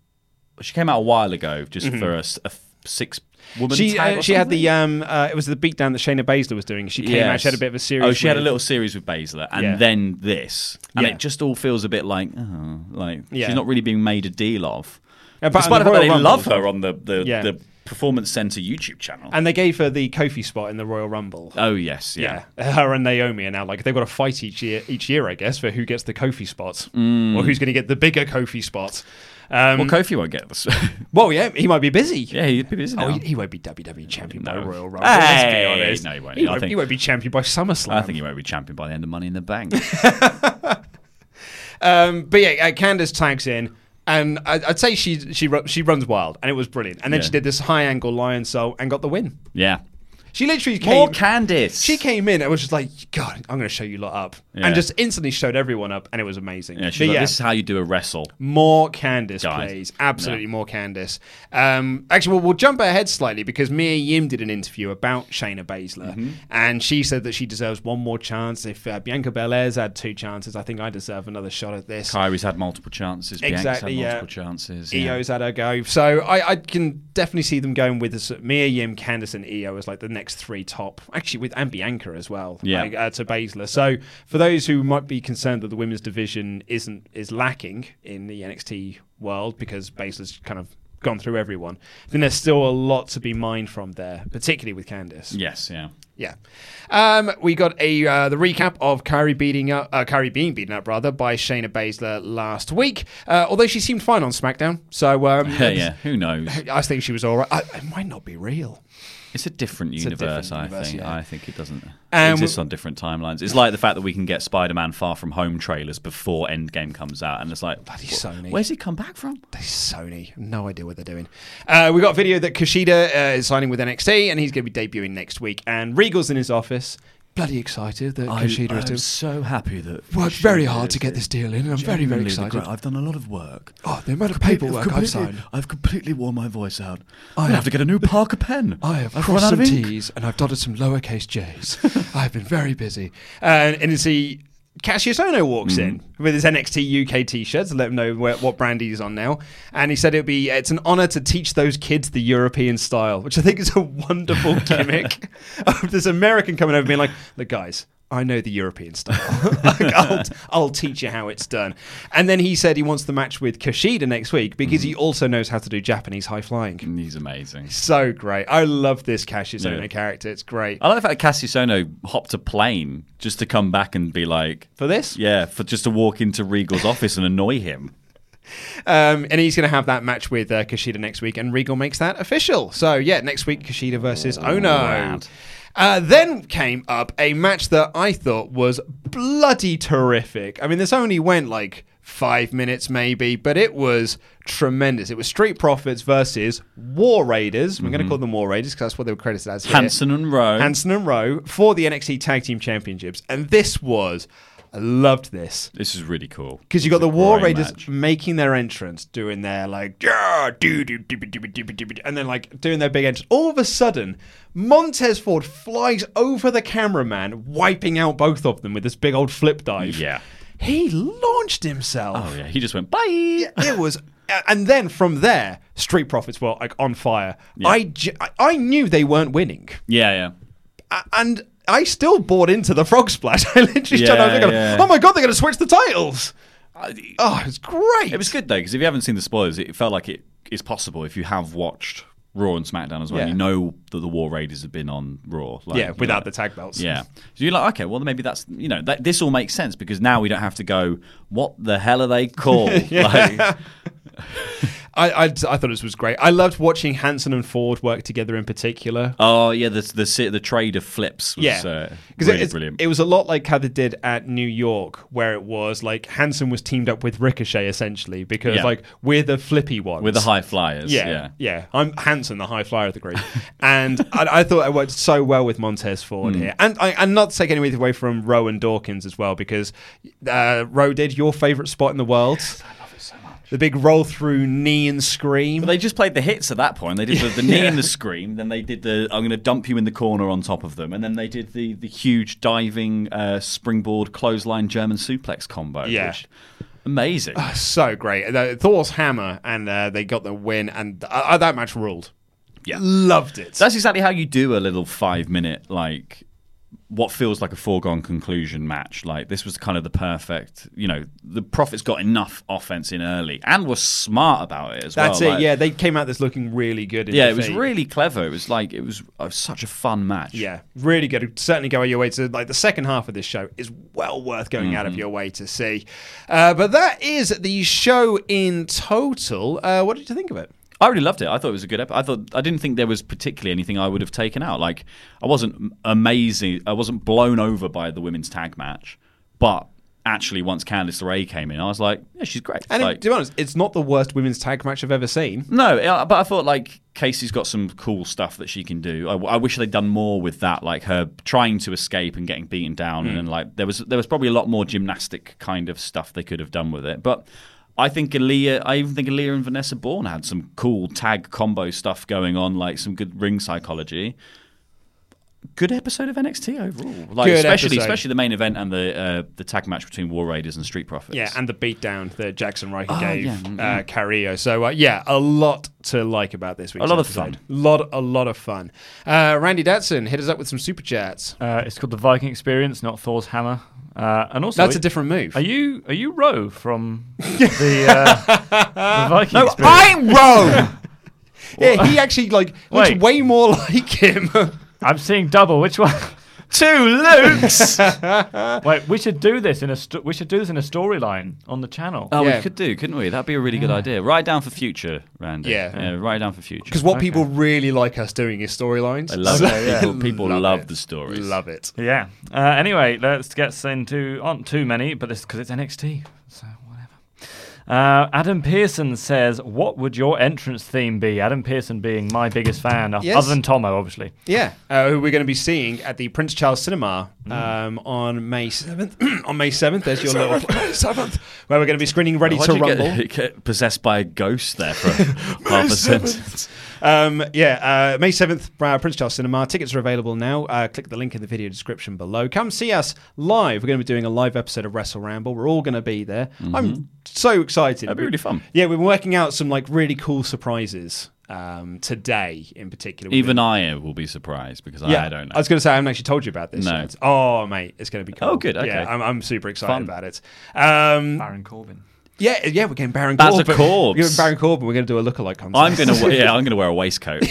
she came out a while ago just
Mhm.
for a, s- a f- six woman.
she
tag
uh,
or
she had
something?
the um uh, it was the beatdown that Shayna Baszler was doing. She came out. She had a bit of a series.
Oh, she had a
with-
little series with Baszler, and
Yeah.
then this, and
Yeah.
it just all feels a bit like, oh, like
Yeah.
she's not really being made a deal of.
Yeah, but
Despite the
on the
fact that they
Royal
love
Rumble-
her on the the,
Yeah.
the Performance Center YouTube channel.
And they gave her the Kofi spot in the Royal Rumble.
Oh yes, yeah.
Her and Naomi are now like they've got to fight each year, each year, I guess, for who gets the Kofi spot
Mm.
or who's going to get the bigger Kofi spot. Um,
Well, Kofi won't get this.
well, yeah, he might be busy. Yeah,
he'd be busy.
Oh, he, he won't be WWE champion by Royal Rumble. let's be
Hey!
honest.
No, he won't.
He
I
won't,
think-
he won't be champion by SummerSlam.
I think he won't be champion by the end of Money in the Bank.
Um, but yeah, uh, Candace tags in, and I, I'd say she she ru- she runs wild, and it was brilliant. And then
Yeah.
she did this high angle lion soul and got the win.
yeah.
She literally came.
More Candice.
She came in and was just like, God, I'm going to show you lot up.
Yeah.
And just instantly showed everyone up, and it was amazing.
Yeah, she's
But
like,
yeah,
this is how you do a wrestle.
more Candice,
Guys.
please. Absolutely more Candice. Um, actually, we'll, we'll jump ahead slightly because Mia Yim did an interview about Shayna Baszler,
Mhm.
and she said that she deserves one more chance. If uh, Bianca Belair's had two chances, I think I deserve another shot at this.
Kyrie's had multiple chances. Bianca's had
Exactly, yeah. E
multiple chances. Yeah.
EO's had her go. So I, I can definitely see them going with this, Mia Yim, Candice, and EO as like the next three top. Actually, with and Bianca as well.
Yeah.
Like, uh, to Baszler. So for those who might be concerned that the women's division isn't is lacking in the NXT world because Baszler's kind of gone through everyone, then there's still a lot to be mined from there, particularly with Candice.
Yes, yeah.
Yeah. Um, we got a uh, the recap of Kyrie beating up, uh, Kyrie being beaten up rather by Shayna Baszler last week. Uh, although she seemed fine on SmackDown, so um,
yeah, who knows?
I think she was all right. I, it might not be real.
It's a different
It's a
universe,
different
I
universe,
think.
yeah. Um,
I think it doesn't
And
exist on different timelines. It's like the fact that we can get Spider Man Far From Home trailers before Endgame comes out, and it's like, bloody
Sony.
Where's he come back from?
They Sony. No idea what they're doing. Uh, we got a video that Kushida uh, is signing with NXT, and he's going to be debuting next week. And Regal's in his office. Bloody excited that
I-
Kushida
I'm
is doing.
so happy that
worked
Kushida
very hard to
is
get
here.
this deal in. and I'm very very
Genuinely the
excited.
great- I've done a lot of work.
Oh, the amount of
Complete-
paperwork I've
completely-
signed.
I've completely worn my voice out.
I
I
have-
have to get a new Parker pen.
I have
I've run
crossed
out
some
of ink.
T's and I've dotted some lowercase J's. I've been very busy. And, and you see, Cassius Ono
Mm.
walks in with his NXT UK t-shirt to let him know where, what brand he's on now. And he said it'd be it's an honor to teach those kids the European style, which I think is a wonderful gimmick of this American coming over being like, look guys. I know the European style. Like, I'll, I'll teach you how it's done. And then he said he wants the match with Kushida next week because
Mm.
he also knows how to do Japanese high flying.
He's amazing.
So great. I love this Cassius
Yeah. Oh,
Ono character. It's great.
I like the fact that Cassius Ono hopped a plane just to come back and be like
for this.
Yeah, for just to walk into Regal's office and annoy him.
Um, and he's going to have that match with uh, Kushida next week, and Regal makes that official. So, yeah, next week, Kushida versus Ono.
rad.
Uh, then came up a match that I thought was bloody terrific. I mean, this only went like five minutes, maybe, but it was tremendous. It was Street Profits versus War Raiders. We're going to call them War Raiders because that's what they were credited as. here.
Hanson and Rowe.
Hanson and Rowe for the NXT Tag Team Championships. And this was, I loved this.
This is really cool.
Because you got the War
great
Raiders making their entrance, doing their like, yeah, doo doo doo doo doo doo doo doo," and then like doing their big entrance. All of a sudden, Montez Ford flies over the cameraman, wiping out both of them with this big old flip dive.
Yeah.
He launched himself.
Oh yeah, he just went
Bye. It was, and then from there, Street Profits were like on fire. I, j- I- I knew they weren't winning,
Yeah, yeah.
A- and I still bought into the Frog Splash. I literally turned
Yeah,
over and go,
yeah.
"Oh my god, they're going to switch the titles!" oh, it's great.
It was good though because if you haven't seen the spoilers, it felt like it is possible if you have watched Raw and SmackDown as well.
Yeah.
You know that the War Raiders have been on Raw. Like,
Yeah,
you
without
know.
the tag belts.
Yeah, so you're like, okay, well maybe that's you know that, this all makes sense because now we don't have to go. What the hell are they called? like,
Yeah. I, I I thought this was great. I loved watching Hanson and Ford work together in particular.
oh yeah, the the si- the trade of flips. Was, uh,
because
really
it, it's-
brilliant.
it was a lot like how they did at New York, where it was like Hanson was teamed up with Ricochet essentially because
Yeah.
like we're the flippy ones,
We're the high flyers, yeah.
yeah, I'm Hanson, the high flyer of the group, and I, I thought it worked so well with Montez Ford
Hmm.
here, and I, and not to take anything away from Roe and Dawkins as well because uh, Roe did your favorite spot in the world. I love it so much. The big roll through knee and scream.
they just played the hits at that point. They did the, the knee
Yeah.
and the scream. Then they did the I'm going to dump you in the corner on top of them. And then they did the the huge diving uh, springboard clothesline German suplex combo.
Yeah. Oh,
which- amazing.
so great. Uh, Thor's hammer, and uh, they got the win, and uh, uh, that match ruled.
Yeah.
Loved it.
That's exactly how you do a little five minute like what feels like a foregone conclusion match. Like this was kind of the perfect. You know, the profits got enough offense in early and were smart about it as well.
That's it.
Like,
yeah, they came out this looking really good. In
Yeah, it was
defeat.
really clever. It was like it was, uh such a fun match.
Yeah, really good. It'd Certainly go your way to like the second half of this show is well worth going out of
Mhm.
your way to see. Uh, but that is the show in total. Uh, what did you think of it?
I really loved it. I thought it was a good episode. I thought I didn't think there was particularly anything I would have taken out. Like I wasn't m- amazing. I wasn't blown over by the women's tag match, but actually once Candice LeRae came in, I was like, yeah, she's great.
And
like, Mm.
to be honest, it's not the worst women's tag match I've ever seen.
no, yeah, but I thought like Casey's got some cool stuff that she can do. I, I wish they'd done more with that, like her trying to escape and getting beaten down,
Hmm.
and then like there was there was probably a lot more gymnastic kind of stuff they could have done with it. But I think Aaliyah, I even think Aaliyah and Vanessa Bourne had some cool tag combo stuff going on, like some good ring psychology. Good episode of NXT overall, like
Good
especially
episode.
especially the main event and the uh, the tag match between War Raiders and Street Profits.
Yeah, and the beatdown that Jackson Riker
Oh,
gave
yeah,
uh,
mm.
Carrillo. So uh, yeah, a lot to like about this week.
lot of
episode.
fun.
Lot a lot of fun. Uh, Randy Datson hit us up with some super chats.
Uh, it's called the Viking Experience, not Thor's Hammer. Uh, and also,
That's a different move.
Are you are you Roe from the, uh, the Viking?
No,
Experience?
I'm Roe! yeah, he actually like looks
Wait.
way more like him.
I'm seeing double. Which one?
Two Lukes.
Wait, we should do this in a sto- we should do this in a storyline on the channel.
Oh, we could do, couldn't we? That'd be a really good
Yeah.
idea. Write it down for future, Randy.
Yeah.
write it down for future.
Because what people really like us doing is storylines.
I love
So-
it. People, people love,
it.
the stories.
Love it.
Yeah. Uh, anyway, let's get into aren't too many, but this because it's NXT, so whatever. Uh, Adam Pearson says, "What would your entrance theme be?" Adam Pearson being my biggest fan, uh,
Yes.
other than Tomo, obviously.
Yeah, uh, who we're going to be seeing at the Prince Charles Cinema
Mm.
um, on May seventh. on May seventh, there's your little seventh, where we're going to be screening Ready
Why'd
to
you get-
Rumble.
Get, possessed by a ghost there for half a sentence.
Um, yeah, uh, May 7th, uh, Prince Charles Cinema. Tickets are available now. Uh, click the link in the video description below. Come see us live. We're going to be doing a live episode of Wrestle Ramble. We're all going to be there. I'm so excited.
Mm-hmm. That'd be really fun.
Yeah, we're working out some like really cool surprises um, today in particular. We've
Even
been-
I will be surprised because I don't know.
I was going to say, I haven't actually told you about this
No.
yet. Oh, mate, it's going to be cool.
Oh, good, okay.
Yeah, I'm, I'm super excited
Fun.
about it. Um,
Mm. Baron Corbin.
Yeah, yeah, we're getting Baron
That's a
Corbin.
corpse.
We're getting Baron Corbin. We're going to do a lookalike contest.
I'm gonna we- yeah I'm gonna wear a waistcoat.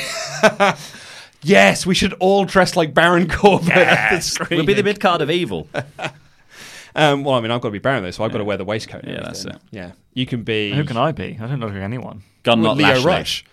Yes, we should all dress like Baron Corbin. at the
Yes. We'll be the
screening.
mid card of evil.
Um, well, I mean, I've got to be Baron though, so I've got to wear the waistcoat. and
Yeah, that's
everything. Yeah, you can be.
Who can I be? I don't look like anyone.
Gun
Well,
not
Leo
Lashley.
Rush.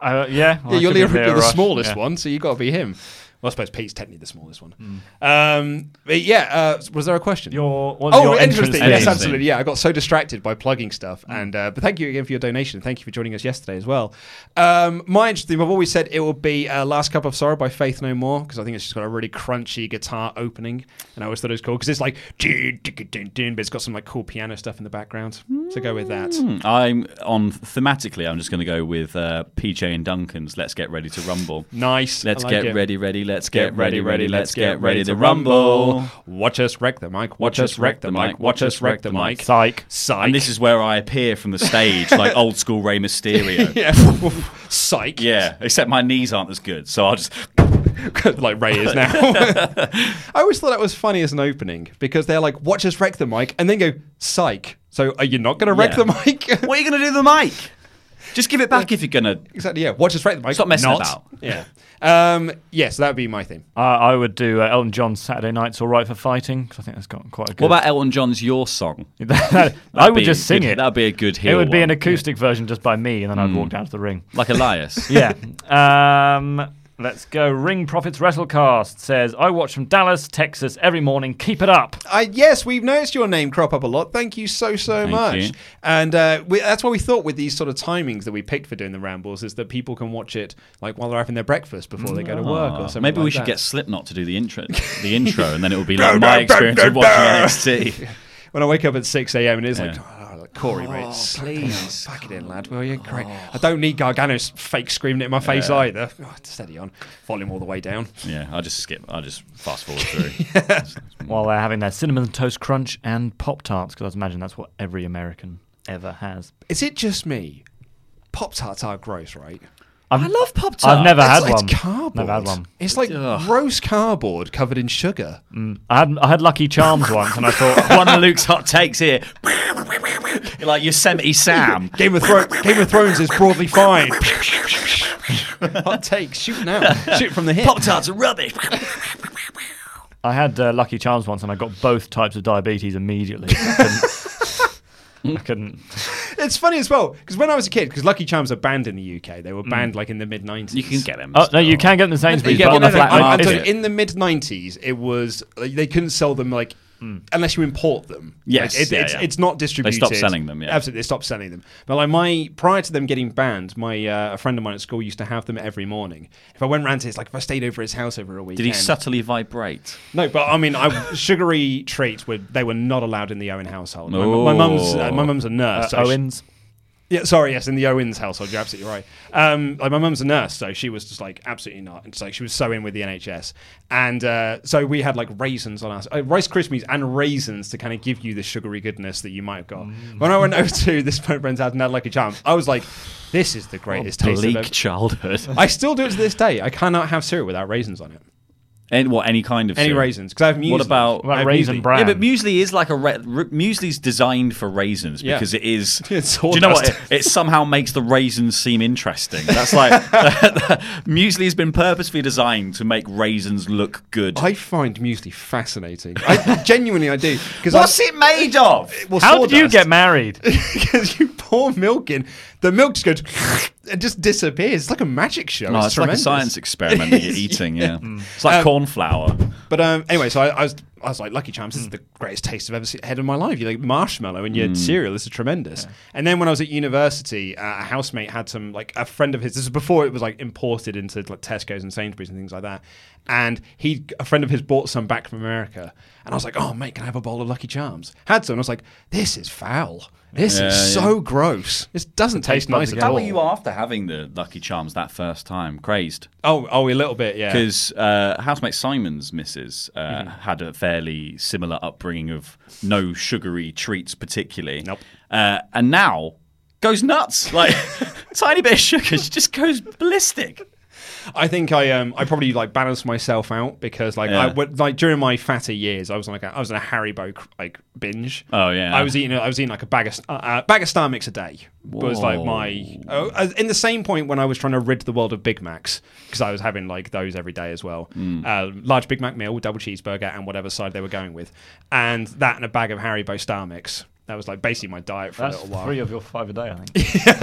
Uh, yeah, well, I
yeah, you're,
could be
Leo-
Leo
you're the
Rush,
smallest
yeah.
one, so you got to be him. Well, I suppose Pete's technically the smallest one. Um, but yeah, uh, was there a question?
Mm. Your what's
oh,
your entrance
interesting.
theme?
Yes, absolutely. Yeah, I got so distracted by plugging stuff, and uh, but thank you again for your donation. Thank you for joining us yesterday as well. Um, my entrance theme, I've always said it will be uh, "Last Cup of Sorrow" by Faith No More because I think it's just got a really crunchy guitar opening, and I always thought it was cool because it's like dun, dun, dun, dun, but it's got some like cool piano stuff in the background. So go with that.
Hmm, I'm on thematically. I'm just going to go with uh, PJ and Duncan's. Let's get ready to rumble.
Nice. I
Let's
like
get
it.
ready, ready. let's get ready, ready, let's get ready to rumble.
Watch us wreck the mic. Watch us wreck the mic. Watch us wreck the mic.
Psych.
Psych.
And this is where I appear from the stage, like old school Rey Mysterio.
yeah. Psych.
Yeah, except my knees aren't as good, so I'll just.
like Ray is now. I always thought that was funny as an opening because they're like, watch us wreck the mic, and then go, psych. So are you not going to wreck the mic?
what are you going to do with the mic? Just give it back if you're going to.
Exactly, yeah. Watch us wreck the mic.
Stop messing
Not.
about.
Yeah. Um, yeah, so that would be my theme.
Uh, I would do uh, Elton John's Saturday Night's All Right for Fighting 'cause I think that's got quite a good.
What about Elton John's Your Song?
That- I
That'd
would
be
just
a
sing
good-
it.
That'd be a good
It
heel
would be an
one.
acoustic version just by me, and then I'd
Mm.
walk down to the ring.
Like Elias.
yeah. Um, let's go. Ring Profits Wrestlecast says, I watch from Dallas, Texas every morning. Keep it up.
I, yes, we've noticed your name crop up a lot. Thank you so so
Thank
much.
you.
And uh, we, that's what we thought with these sort of timings that we picked for doing the rambles is that people can watch it like while they're having their breakfast before they go to work or
Aw,
something.
Ah, Oh, Maybe we
like
should
that.
get Slipknot to do the intro, the intro, and then it will be like my experience of watching NXT.
When I wake up at six a.m. and it's like,
Yeah.
oh, like, Corey, mate,
Oh,
slap it in. pack it in, lad. Will you? Great. I don't need Gargano's fake screaming it in my face
Yeah.
either. Oh, steady on, volume all the way down.
Yeah, I'll just skip. I'll just fast forward through.
While they're having their cinnamon toast crunch and Pop Tarts, because I imagine that's what every American ever has.
Is it just me? Pop tarts are gross, right?
i
love Pop
I've never had
it's,
one.
It's cardboard.
Never had one.
It's like gross cardboard covered in sugar.
Mm. I had I had Lucky Charms once, and I thought,
One of Luke's hot takes here. like Yosemite Sam.
Game of, Thro- Game of Thrones is broadly fine. Hot take, shoot now. Shoot from the hip.
Pop tarts are rubbish.
I had uh, Lucky Charms once, and I got both types of diabetes immediately. I couldn't. I couldn't.
It's funny as well, because when I was a kid, because Lucky Charms are banned in the UK, they were
Mm.
banned like in the mid 90s.
You can get them.
Oh no, you can get them in Sainsbury's.
Yeah,
but
but
on
no,
the
no,
black
I- I'm
market.
telling you, in the mid 90s, it was, like, they couldn't sell them like. Unless you import them,
Hmm. Yes,
Like, it-
yeah,
it's,
yeah.
it's not
They
distributed.
stopped selling them, yeah.
absolutely. They stopped selling them. But like my prior to them getting banned, my uh, a friend of mine at school used to have them every morning. If I went round to his, like if I stayed over at his house over a weekend,
Did he subtly vibrate?
No, but I mean, I, sugary treats were they were not allowed in the Owen household. My, my mum's uh, my mum's a nurse.
Uh,
so she-
Owens.
yeah, sorry, yes, in the Owens household, you're absolutely right. Um, like my mum's a nurse, so she was just like absolutely not. It's like she was so in with the NHS, and uh, so we had like raisins on us, uh, Rice Krispies and raisins to kind of give you the sugary goodness that you might have got.
Mm.
When I went over to this friend's house and had like a charm, I was like, "This is the greatest taste I've
Bleak
ever."
childhood.
I still do it to this day. I cannot have cereal without raisins on it.
And what any kind of
Any
cereal?
raisins, 'cause I have
What
muesli.
about,
What about I have raisin muesli. bran?
Yeah, but muesli is like a ra- r- muesli's designed for raisins
Yeah.
because it is.
It's
do you know what? It,
sawdust.
it somehow makes the raisins seem interesting. That's like muesli has been purposefully designed to make raisins look good.
I find muesli fascinating. I genuinely I do because
What's it made of?
Well,
How did you
sawdust.
get married?
because you pour milk in, the milk just goes and just disappears. It's like a magic show.
No,
it's
Oh, it's, like a
tremendous.
science experiment that you're eating. Yeah, it's like
Um,
corn flour.
But um, anyway, so I, I was I was like, Lucky Charms, this
Hmm.
is the greatest taste I've ever se- had in my life. You like marshmallow and your cereal. This is tremendous. And then when I was at university, uh, a housemate had some like a friend of his. This is before it was like imported into like Tesco's and Sainsbury's and things like that. And he, a friend of his, bought some back from America. And I was like, oh mate, can I have a bowl of Lucky Charms? Had some. And I was like, this is foul. This
Yeah,
is
yeah.
so gross. This doesn't taste nice at
How
all.
were you after having the Lucky Charms that first time? Crazed.
Oh, oh, a little bit, yeah. Mm-hmm.
because uh, housemate Simon's missus uh, had a fairly similar upbringing of no sugary treats, particularly. Nope. Uh, and now goes nuts like tiny bit of sugar. She just goes ballistic.
I think I um I probably like balanced myself out because like I
Yeah.
would like during my fatter years I was like a, I was on a Haribo cr- like binge.
Oh, yeah.
I was eating I was eating like a bag of st- uh, uh, bag of Star Mix a day. Was like my oh, uh, in the same point when I was trying to rid the world of Big Macs because I was having like those every day as well.
Hmm.
Uh, large Big Mac meal, double cheeseburger, and whatever side they were going with, and that and a bag of Haribo Star Mix. That was like basically my diet for a
That's
little while.
three of your five a day, I think.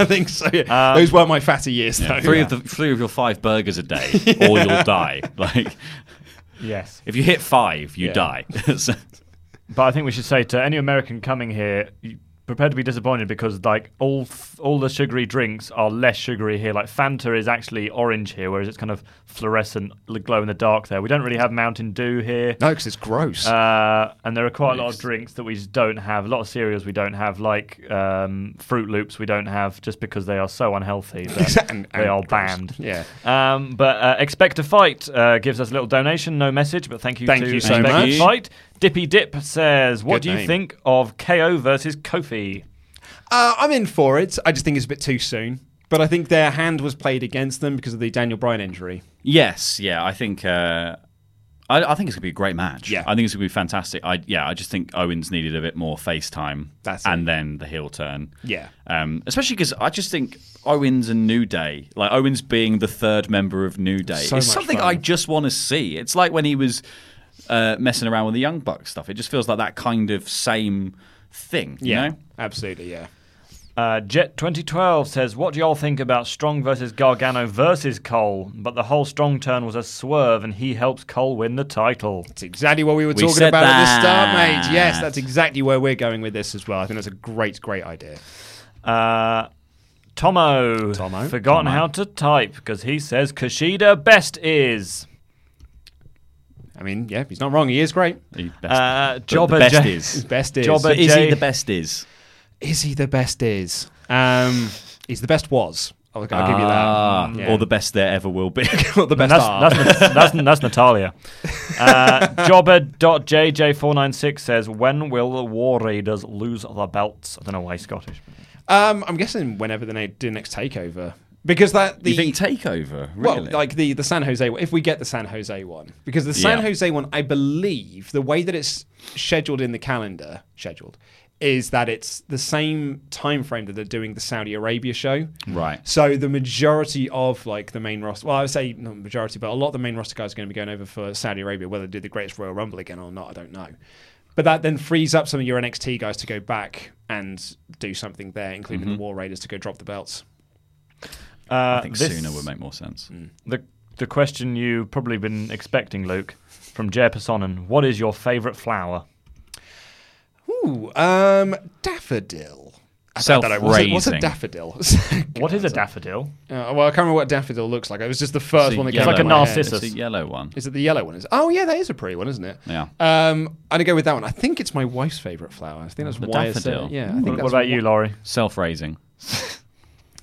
I think so. yeah.
Um,
those were my fatter years though.
Three of the three of your five burgers a day, or you'll die. Like
yes.
if you hit five, you
Yeah.
die. So-
But I think we should say to any American coming here, you- Prepare to be disappointed because like all f- all the sugary drinks are less sugary here. Like Fanta is actually orange here, whereas it's kind of fluorescent, l- glow in the dark there. We don't really have Mountain Dew here.
No, because it's gross.
Uh, and there are quite a lot of drinks that we just don't have. A lot of cereals we don't have, like um, Fruit Loops. We don't have just because they are so unhealthy that
And-
they
and
are
gross.
banned.
Yeah.
Um, but uh, expect a fight uh, gives us a little donation, no message, but thank you.
Thank
to
you so
Expect a
much.
Fight. Dippy Dip says, "What
Good
do you
name.
think of KO versus Kofi?"
Uh, I'm in for it. I just think it's a bit too soon. But I think their hand was played against them because of the Daniel Bryan injury.
Yes, yeah, I think uh, I, I think it's gonna be a great match.
Yeah.
I think it's gonna be fantastic. I yeah, I just think Owens needed a bit more face time,
That's
and then the heel turn.
Yeah.
um, especially because I just think Owens and New Day, like Owens being the third member of New Day,
So
is
much
something
fun.
I just want to see. It's like when he was uh, messing around with the Young Bucks stuff. It just feels like that kind of same thing. You
Yeah.
know?
absolutely. Yeah.
Uh, Jet 2012 says, "What do y'all think about Strong versus Gargano versus Cole? But the whole Strong turn was a swerve, and he helps Cole win the title."
It's exactly what we were talking about at the start, mate. Yes, that's exactly where we're going with this as well. I think that's a great, great idea.
Uh, Tomo, Tomo, forgotten
Tomo.
how to type because he says Kushida best is.
I mean, yeah, he's not wrong. He is great.
Uh, Jobber
best
J-
is.
Best is.
Jobber
But is
J-
he the best?
Best is.
Is he the best? Is um, he's the best was. I'll, I'll give you
Ah,
that. Yeah.
Or the best there ever will be.
Or the best
that's,
are.
that's, that's, that's Natalia. Uh, Jobber.jj496 says, When will the War Raiders lose the belts? I don't know why he's Scottish.
Um, I'm guessing whenever the, na- the next takeover, because that the
You think takeover?
well,
Really?
like the the San Jose. If we get the San Jose one, because the San
Yeah.
Jose one, I believe the way that it's scheduled in the calendar, scheduled, is that it's the same time frame that they're doing the Saudi Arabia show.
Right.
So the majority of like the main roster, well, I would say not majority, but a lot of the main roster guys are going to be going over for Saudi Arabia. Whether they do the Greatest Royal Rumble again or not, I don't know. But that then frees up some of your NXT guys to go back and do something there, including
Mhm.
the War Raiders to go drop the belts.
Uh,
I think sooner would make more sense.
The, the question you've probably been expecting, Luke, from Jer Personen What is your favourite flower?
Ooh, um, daffodil. I don't- I don't know. What's a- What's a
Self-raising.
daffodil?
What is a daffodil?
Uh, well, I can't remember what daffodil looks like. It was just the first
It's a
one that
yellow
came up
one.
in my head.
It's a yellow one.
Is it the yellow one? Is oh yeah, that is a pretty one, isn't it?
Yeah.
Um, I'm gonna go with that one. I think it's my wife's favorite flower. I think that's
The
why I said
daffodil.
it. Yeah. I think
What
that's
about you, Laurie?
Self raising.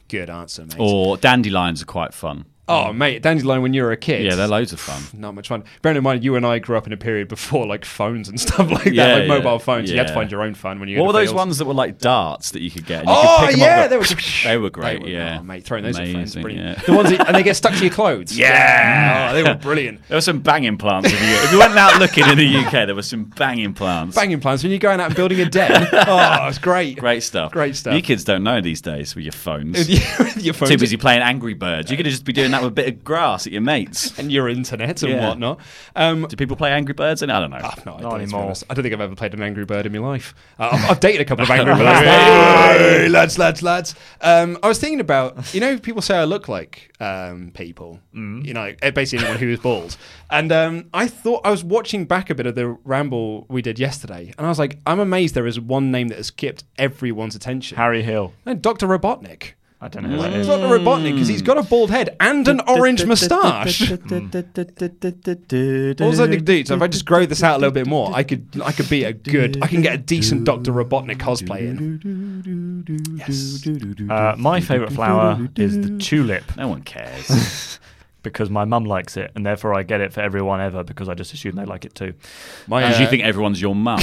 Good answer, mate.
Or dandelions are quite fun.
Oh mate, dandelion when you were a kid.
Yeah, they're loads of fun.
Not much fun. Bearing in mind, you and I grew up in a period before like phones and stuff like
Yeah,
that, like
yeah,
mobile phones. You had to
yeah.
find your own fun when you.
What
go
were
to
those
fields.
ones that were like darts that you could get? And
Oh,
you could pick 'em
yeah,
up
they
and
were-
go, they were great. yeah,
oh, mate, throwing those in phones,
Amazing,
brilliant.
yeah.
The ones that, and they get stuck to your clothes.
Yeah.
Oh, they were brilliant.
There were some banging plants. If you, if you went out looking in the UK, there were some banging plants.
Banging plans when you're going out and building a den. oh, it's great.
Great stuff.
Great stuff.
You kids don't know these days with your phones.
With your phones.
Too busy playing Angry Birds. You could just be doing that with a bit of grass at your mates
and your internet and whatnot. Um,
Do people play Angry Birds? In I don't know.
I've no idea,
Not
to be
anymore.
honest. I don't think I've ever played an Angry Bird in my life. Uh, I've, I've dated a couple of Angry Birds. Hey, lads, lads, lads. Um, I was thinking about, you know, people say I look like um, people,
Mm.
you know, eh, basically anyone who is bald. And um, I thought, I was watching back a bit of the ramble we did yesterday, and I was like, I'm amazed there is one name that has skipped everyone's attention
Harry Hill.
No, Dr. Robotnik.
I don't know who
Mm.
that is.
Dr. Robotnik, because he's got a bald head and an orange moustache. Also, Nick Deeds, if I just grow this out a little bit more, I could I could be a good I can get a decent Dr. Robotnik cosplay in.
Uh, my favourite flower is the tulip.
No one cares.
because my mum likes it, and therefore I get it for everyone ever because I just assume they like it too.
My, Because you uh, think everyone's your mum.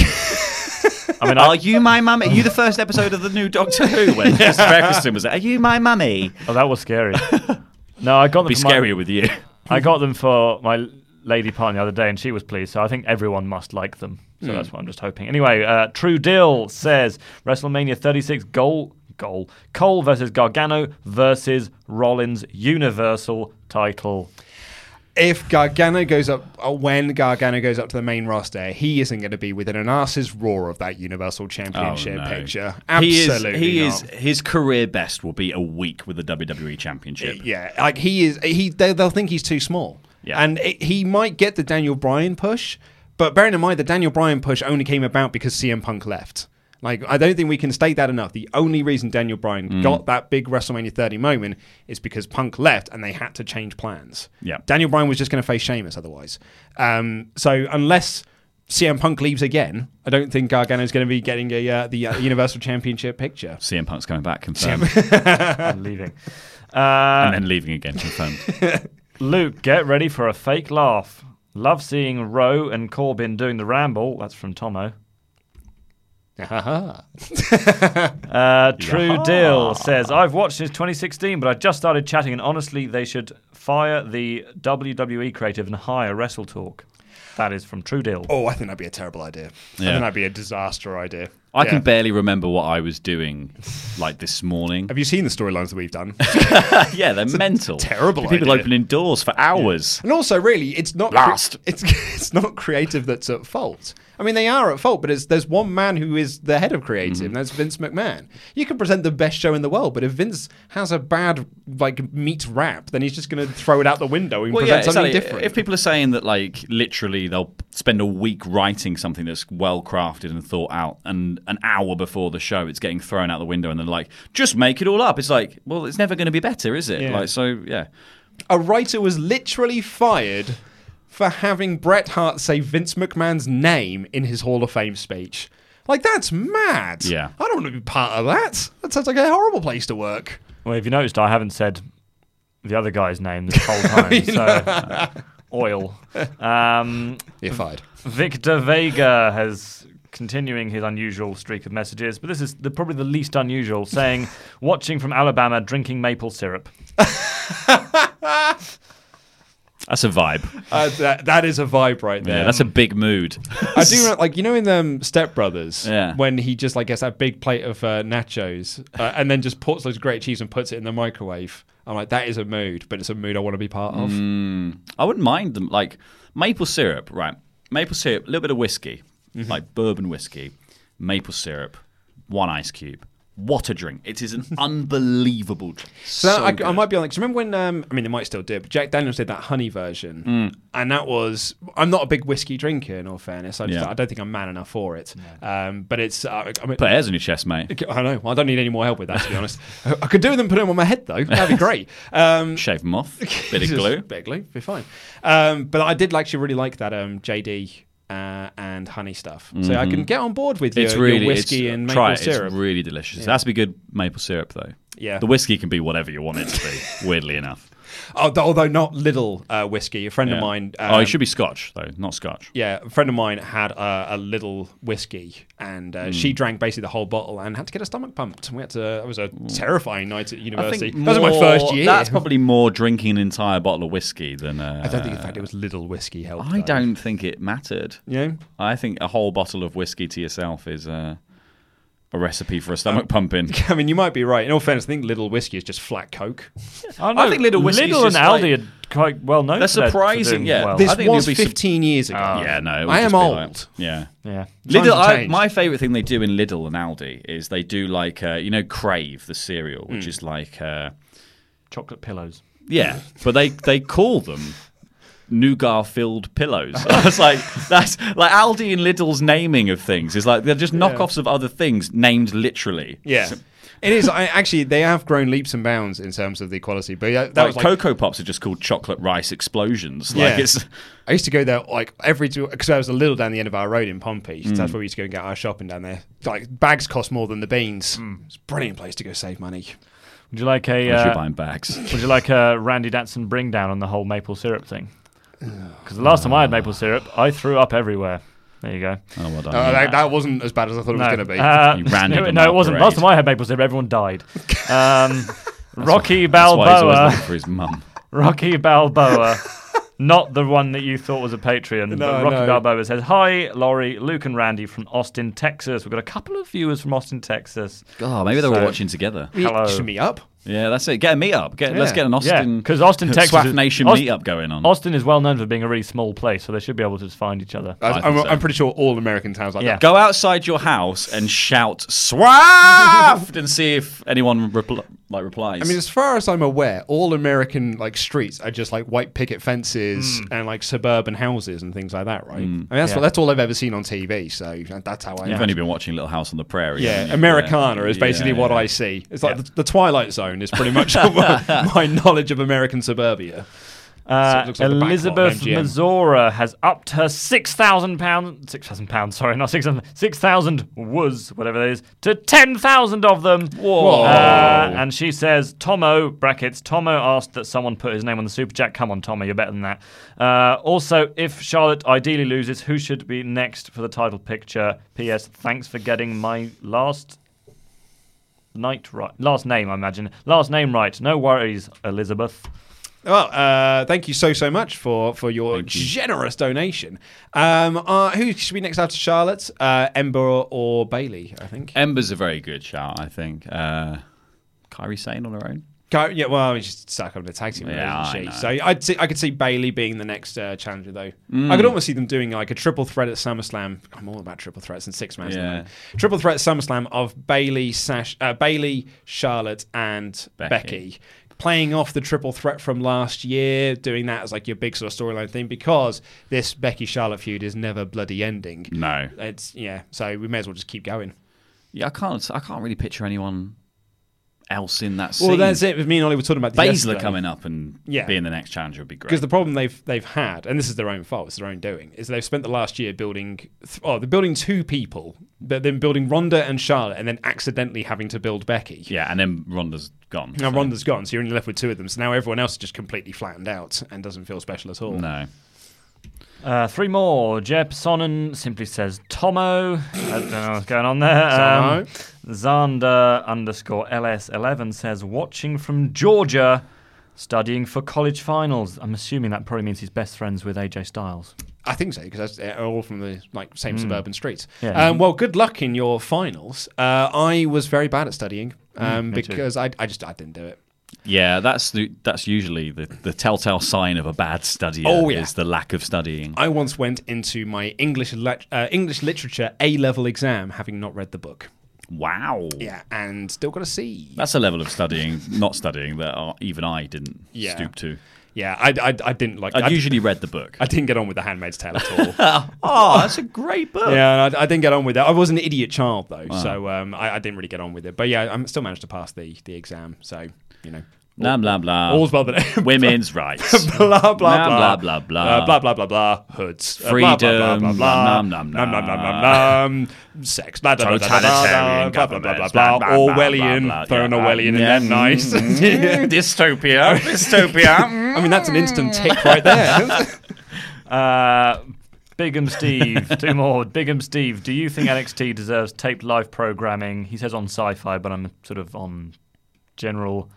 I mean,
Are you my mum? Are you the first episode of the new Doctor Who when Chris Ferguson was like, "Are you my mummy?"
Oh, that was scary. no, I got them.
Be
for my-
scarier with you.
I got them for my lady partner the other day, and she was pleased. So I think everyone must like them. So
Hmm.
that's what I'm just hoping. Anyway, uh, True Dill says WrestleMania 36 goal goal Cole versus Gargano versus Rollins Universal title.
If Gargano goes up, uh, when Gargano goes up to the main roster, he isn't going to be within an arse's roar of that Universal Championship
Oh, no.
picture.
He is-
Absolutely,
He
not.
is, his career best will be a week with the WWE Championship.
Yeah, like he is. He they, they'll think he's too small,
Yeah.
and it, he might get the Daniel Bryan push. But bearing in mind, the Daniel Bryan push only came about because CM Punk left. Like, I don't think we can state that enough. The only reason Daniel Bryan
Mm.
got that big WrestleMania 30 moment is because Punk left and they had to change plans.
Yeah.
Daniel Bryan was just going to face Sheamus otherwise. Um, so unless CM Punk leaves again, I don't think Gargano's going to be getting a, uh, the uh, Universal Championship picture.
CM Punk's coming back, confirmed.
I'm leaving. Uh,
and then leaving again, confirmed.
Luke, get ready for a fake laugh. Love seeing Rowe and Corbin doing the ramble. That's from Tomo. uh, True
Yaha.
Deal says, I've watched since 2016, but I just started chatting, and honestly, they should fire the WWE creative and hire Wrestle Talk. That is from True Deal.
Oh, I think that'd be a terrible idea. I
Yeah.
think that'd be a disaster idea.
I
Yeah.
can barely remember what I was doing like this morning.
Have you seen the storylines that we've done?
yeah, they're mental.
terrible
People
idea.
opening doors for hours.
And also, really, it's not cre-
Last.
it's it's not creative that's at fault. I mean, they are at fault, but it's, there's one man who is the head of
Mm-hmm.
creative, and that's Vince McMahon. You can present the best show in the world, but if Vince has a bad like meat wrap, then he's just going to throw it out the window and present something
exactly.
different.
If people are saying that, like, literally they'll spend a week writing something that's well crafted and thought out, and an hour before the show it's getting thrown out the window, and they're like, just make it all up. It's like, well, it's never going to be better, is it?
Yeah.
Like, so yeah.
a writer was literally fired for having Bret Hart say Vince McMahon's name in his Hall of Fame speech. Like that's mad.
Yeah.
I don't want to be part of that. That sounds like a horrible place to work.
Well, if you noticed, I haven't said the other guy's name this whole time. so, oil. Um,
You're fired.
Victor Vega has continuing his unusual streak of messages, but this is the, probably the least unusual. Saying, "Watching from Alabama, drinking maple syrup."
That's a vibe.
Uh, that, that is a vibe right there.
Yeah, that's a big mood.
I do remember, like you know in um, Step Brothers
Yeah.
when he just like gets that big plate of uh, nachos uh, and then just puts those great cheese and puts it in the microwave. I'm like that is a mood, but it's a mood I want to be part of.
Mm, I wouldn't mind them. Like maple syrup, right? Maple syrup, a little bit of whiskey,
Mm-hmm.
like bourbon whiskey, maple syrup, one ice cube. What a drink! It is an unbelievable drink.
So,
So
I,
good.
I might be like, 'cause remember when? Um, I mean, they might still do it, but Jack Daniels did that honey version,
Mm.
and that was. I'm not a big whiskey drinker, in all fairness. I, just,
Yeah.
I don't think I'm man enough for it. Um, but it's. Uh, I mean,
Put hairs on your chest, mate.
I know. I don't need any more help with that, to be honest. I I could do them, put them on my head though. That'd be great. Um,
Shave them off. Bit of
Just
glue.
Bit of glue, be fine. Um, but I did actually really like that um, JD uh, and honey stuff. So I
Mhm.
can get on board with your,
It's
your
really
whiskey
it's,
and maple
try it.
syrup.
It's really delicious. It
Yeah.
has to be good maple syrup though.
Yeah.
the whiskey can be whatever you want it to be. weirdly enough,
Although although not little uh, whiskey. A friend of
Yeah.
mine.
oh,
um,
it should be Scotch though, not Scotch.
Yeah, a friend of mine had uh, a little whiskey, and uh,
Mm.
she drank basically the whole bottle and had to get her stomach pumped. We had to. It was
Hmm.
a terrifying night at university. That was my
more-
first year.
That's probably more drinking an entire bottle of whiskey than. Uh,
I don't think, in fact, it was little whiskey
I
helped. though.
don't think it mattered.
Yeah.
I think a whole bottle of whiskey to yourself is uh, a recipe for a stomach pumping.
I mean, you might be right. In all fairness, I think little whiskey is just flat Coke.
I, know, Lidl and Aldi are quite well known.
That's
for their- for
surprising,
doing
yeah.
Well.
This
I think it'll
was
be Ah,
15 years ago.
yeah, no. it would
I am
just be
old.
like- yeah.
Yeah.
Lidl,
Times have
I,
changed.
my favourite thing they do in Lidl and Aldi is they do like, uh, you know, Crave, the cereal, which
Hmm.
Mm.
is like. Uh,
Chocolate pillows.
yeah, but they, they call them nougat filled pillows. I was like, that's like Aldi and Lidl's naming of things is like they're just
Yeah.
knockoffs of other things named literally.
Yeah.
So-
It is I, actually. They have grown leaps and bounds in terms of the quality, but yeah, that
like,
was like,
Cocoa Pops are just called chocolate rice explosions. Like it's
I used to go there like every because I was a little down the end of our road in Pompey. So
Mm.
That's where we used to go and get our shopping down there. Like bags cost more than the beans.
Mm.
It's a brilliant place to go save money.
Would you like a?
Unless you're
uh,
buying bags. Oh,
Would you like a Randy Datson bring down on the whole maple syrup thing? Because the last time I had maple syrup, I threw up everywhere. There you go.
Oh, well done.
Uh, that, that wasn't as bad as I thought it was
No,
going to be.
uh, no, no, it wasn't. Last time I had maple syrup, everyone died. Um, Rocky
That's why he's always
Balboa.
looking for his mum.
Rocky Balboa. Not the one that you thought was a Patreon. but
No, no.
Rocky Balboa says, Hi, Laurie, Luke, and Randy from Austin, Texas. We've got a couple of viewers from Austin, Texas.
God, maybe they were
So-
watching together.
Hello.
Shimmy up.
Yeah, that's it. Get a meetup. Get let's
Yeah.
get an
Yeah,
Austin
'cause Austin, Texas,
Swaff
is-
Nation
Aust-
meetup going on.
Austin is well known for being a really small place, so they should be able to just find each other.
I think I'm- so. I'm
pretty sure all American towns like
Go outside your house and shout "swaft" and see if anyone repl- like replies.
I mean, as far as I'm aware, all American like streets are just like white picket fences and like suburban houses and things like that, right? I mean, that's
Mm. Yeah.
what, that's all I've ever seen on TV. So that's how I.
You've only been watching Little House on the Prairie.
Yeah,
haven't you?
Americana is
Yeah,
basically what
yeah.
I see. It's like the, the Twilight Zone is pretty much my my knowledge of American suburbia. So
Uh,
it looks like the back lot of
Elizabeth
MGM.
Mazora has upped her six thousand pound, six thousand pounds. Sorry, not six thousand. Six thousand was whatever that is to ten thousand of them.
Whoa!
Uh, and she says, Tomo brackets. Tomo asked that someone put his name on the super jack. Come on, Tomo, you're better than that. Uh, also, if Charlotte ideally loses, who should be next for the title picture? P.S. Thanks for getting my last night right. Last name, I imagine. Last name right. No worries, Elizabeth.
Well, uh, thank you so so much for for your generous donation. Um, uh, who should be next after Charlotte? Uh, Ember or Bailey? I think.
Ember's a very good shout, I think. Uh, Kyrie Sane on her own.
Go, yeah, well, I mean, she's stuck on the tag team,
Yeah,
yeah,
I
isn't
know.
she? So I'd see, I could see Bailey being the next uh, challenger, though.
Mm.
I could almost see them doing like a triple threat at SummerSlam. I'm all about triple threats and six man.
Yeah.
Triple threat at SummerSlam of Bailey, Sash, uh, Bailey, Charlotte, and
Becky.
Becky. Playing off the triple threat from last year, doing that as like your big sort of storyline thing because this Becky Charlotte feud is never bloody ending.
No.
It's yeah, so we may as well just keep going.
Yeah, I can't. I can't really picture anyone else in that scene.
Well, that's it. Me and Ollie were talking about this
Baszler
yesterday.
coming up and
Yeah.
being the next challenger would be great.
Because the problem they've they've had, and this is their own fault, it's their own doing, is they've spent the last year building. Th- oh, they're building two people, but then building Ronda and Charlotte, and then accidentally having to build Becky.
yeah, and then Ronda's gone.
Now
so-
Ronda's gone, so you're only left with two of them. So now everyone else is just completely flattened out and doesn't feel special at all.
No.
Uh, three more. Jeb Sonnen simply says Tomo. I don't know what's going on there. Um, Xander underscore LS11 says watching from Georgia, studying for college finals. I'm assuming that probably means he's best friends with AJ Styles.
I think so because they're all from the like same
Hmm.
Mm.
suburban streets.
Yeah.
Um, well, good luck in your finals. Uh, I was very bad at studying um,
Mm, me too.
because I, I just I didn't do it.
Yeah, that's the, that's usually the, the telltale sign of a bad studier.
Oh, yeah.
is the lack of studying.
I once went into my English le- uh, English literature A level exam having not read the book.
Wow.
Yeah, and still got a C.
That's a level of studying, not studying that uh, even I didn't
Yeah.
stoop to.
Yeah, I, I, I didn't like.
I'd
I d-
usually read the book.
I didn't get on with The Handmaid's Tale at all.
Oh, that's a great book.
yeah, and I, I didn't get on with it. I was an idiot child though,
Wow.
so um, I, I didn't really get on with it. But yeah, I still managed to pass the the exam. So you know.
Blah blah blah.
All's well that
Women's rights.
blah blah
Blah,
blah
blah, blah.
uh, blah blah blah blah hoods Uh,
Freedom.
blah blah blah blah
Nom, nom,
nom nom nom nom, nom. sex blah blah blah blah, blah, blah
Totalitarian
blah blah blah blah
governments,
blah
blah, blah, blah, blah, blah.
Orwellian throwing
Yeah,
Orwellian in
yeah,
there nice
mm, mm, dystopia dystopia
I mean that's an instant tick right there
Uh, Bigum Steve, two more. Bigum Steve, do you think NXT deserves taped live programming? He says on sci-fi, but I'm sort of on general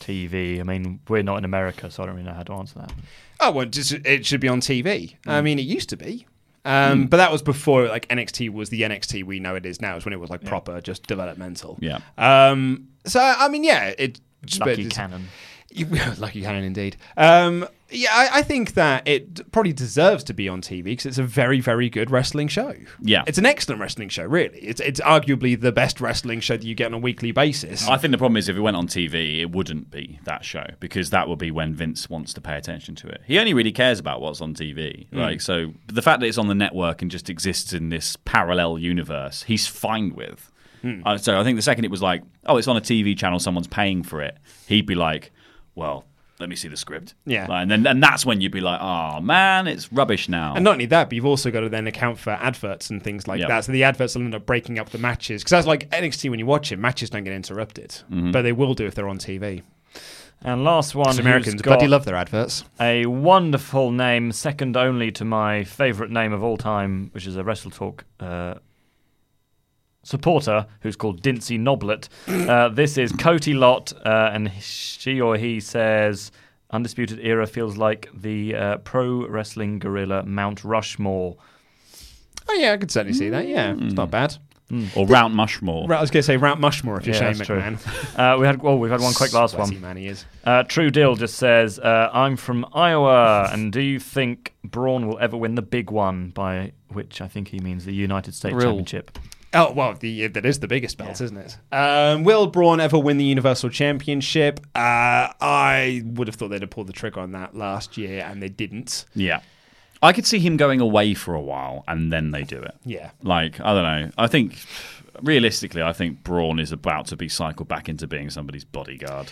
TV. I mean, we're not in America, so I don't really know how to answer that.
Oh well, just, it should be on TV. I
Mm.
mean, it used to be, um, but that was before like NXT was the NXT we know it is now. It's when it was like proper, just developmental.
Yeah.
Um, so I mean, yeah, it. but
Lucky
it's-
Cannon.
You- Lucky Cannon, indeed. Um, yeah, I, I think that it d- probably deserves to be on TV because it's a very, very good wrestling show.
Yeah.
it's an excellent wrestling show. Really, it's it's arguably the best wrestling show that you get on a weekly basis.
I think the problem is if it went on TV, it wouldn't be that show because that would be when Vince wants to pay attention to it. He only really cares about what's on TV.
Mm.
Like so, but the fact that it's on the network and just exists in this parallel universe, he's fine with.
Mm.
Uh, so I think the second it was like, oh, it's on a TV channel, someone's paying for it, he'd be like, well, let me see the script.
Yeah.
Like, and then and that's when you'd be like, oh man, it's rubbish now.
And not only that, but you've also got to then account for adverts and things like
Yeah.
that. So the adverts will end up breaking up the matches. Because that's like NXT when you watch it, matches don't get interrupted,
Mhm.
but they will do if they're on TV.
And last one,
'Cause
who's
Americans
got
bloody love their adverts.
A wonderful name, second only to my favourite name of all time, which is a Wrestle Talk uh, supporter who's called Dincy Noblet. Uh, this is Cody Lott, uh, and she or he says, "Undisputed Era feels like the uh, pro wrestling gorilla Mount Rushmore."
Oh yeah, I could certainly see that. Yeah, it's not bad.
or Round Mushmore.
Ra- I was going to say Round Mushmore if you're
Yeah,
Shane
that's true.
McMahon.
Uh, we had well, we've had one quick last
Sweaty
one.
man he is.
Uh, True Deal just says, uh, "I'm from Iowa, and do you think Braun will ever win the big one?" By which I think he means the United States
Real.
Championship.
Oh well, the, that is the biggest belt, isn't it? Um, will Braun ever win the Universal Championship? Uh, I would have thought they'd have pulled the trigger on that last year, and they didn't.
Yeah. I could see him going away for a while and then they do it.
Yeah.
Like, I don't know. I think realistically, I think Braun is about to be cycled back into being somebody's bodyguard.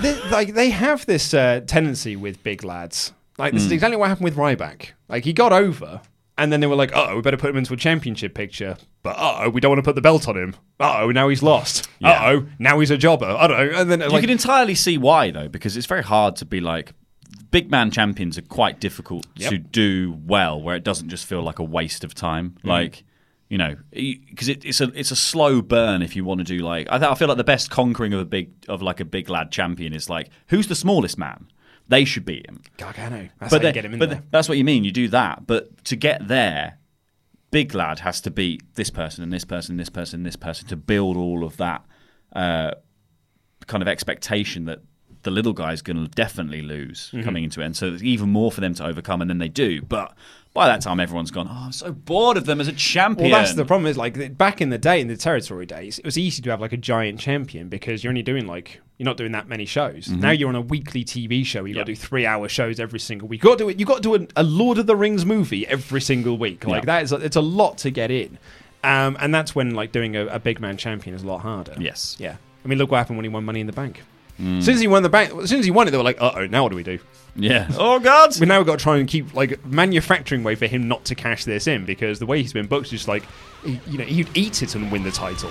they, like they have this uh, tendency with big lads. Like this is
Mm.
exactly what happened with Ryback. Like he got over, and then they were like, "Oh, we better put him into a championship picture." But oh, we don't want to put the belt on him. Oh, now he's lost. Uh oh, now he's a jobber. I don't know. And then
you
like,
can entirely see why though, because it's very hard to be like big man champions are quite difficult
Yep.
to do well, where it doesn't just feel like a waste of time.
Mhm.
Like you know, because it, it's a it's a slow burn if you want to do like I, th- I feel like the best conquering of a big of like a big lad champion is like who's the smallest man. They should beat him.
Gargano. That's
But
how you
then-
get him in
but
there.
th- that's what you mean. You do that, but to get there, big lad has to beat this person and this person and this person and this person to build all of that uh, kind of expectation that the little guy's going to definitely lose
Mhm.
coming into it. And so there's even more for them to overcome, and then they do. But by that time, everyone's gone. Oh, I'm so bored of them as a champion.
Well, that's the problem. Is like th- back in the day, in the territory days, it was easy to have like a giant champion because you're only doing like you're not doing that many shows.
Mhm.
Now you're on a weekly TV show. You have got to do three hour shows every single week. You got to do it. You got to do an, a Lord of the Rings movie every single week. Like
Yeah.
that is a, it's a lot to get in, um, and that's when like doing a, a big man champion is a lot harder.
Yes. Mm.
Yeah. I mean, look what happened when he won Money in the Bank. As soon as he won the bank, as soon as he won it, they were like, "Uh oh, now what do we do?"
Yeah. oh God.
We now got to try and keep like manufacturing way for him not to cash this in because the way he's been booked is just like, he- you know, he'd eat it and win the title.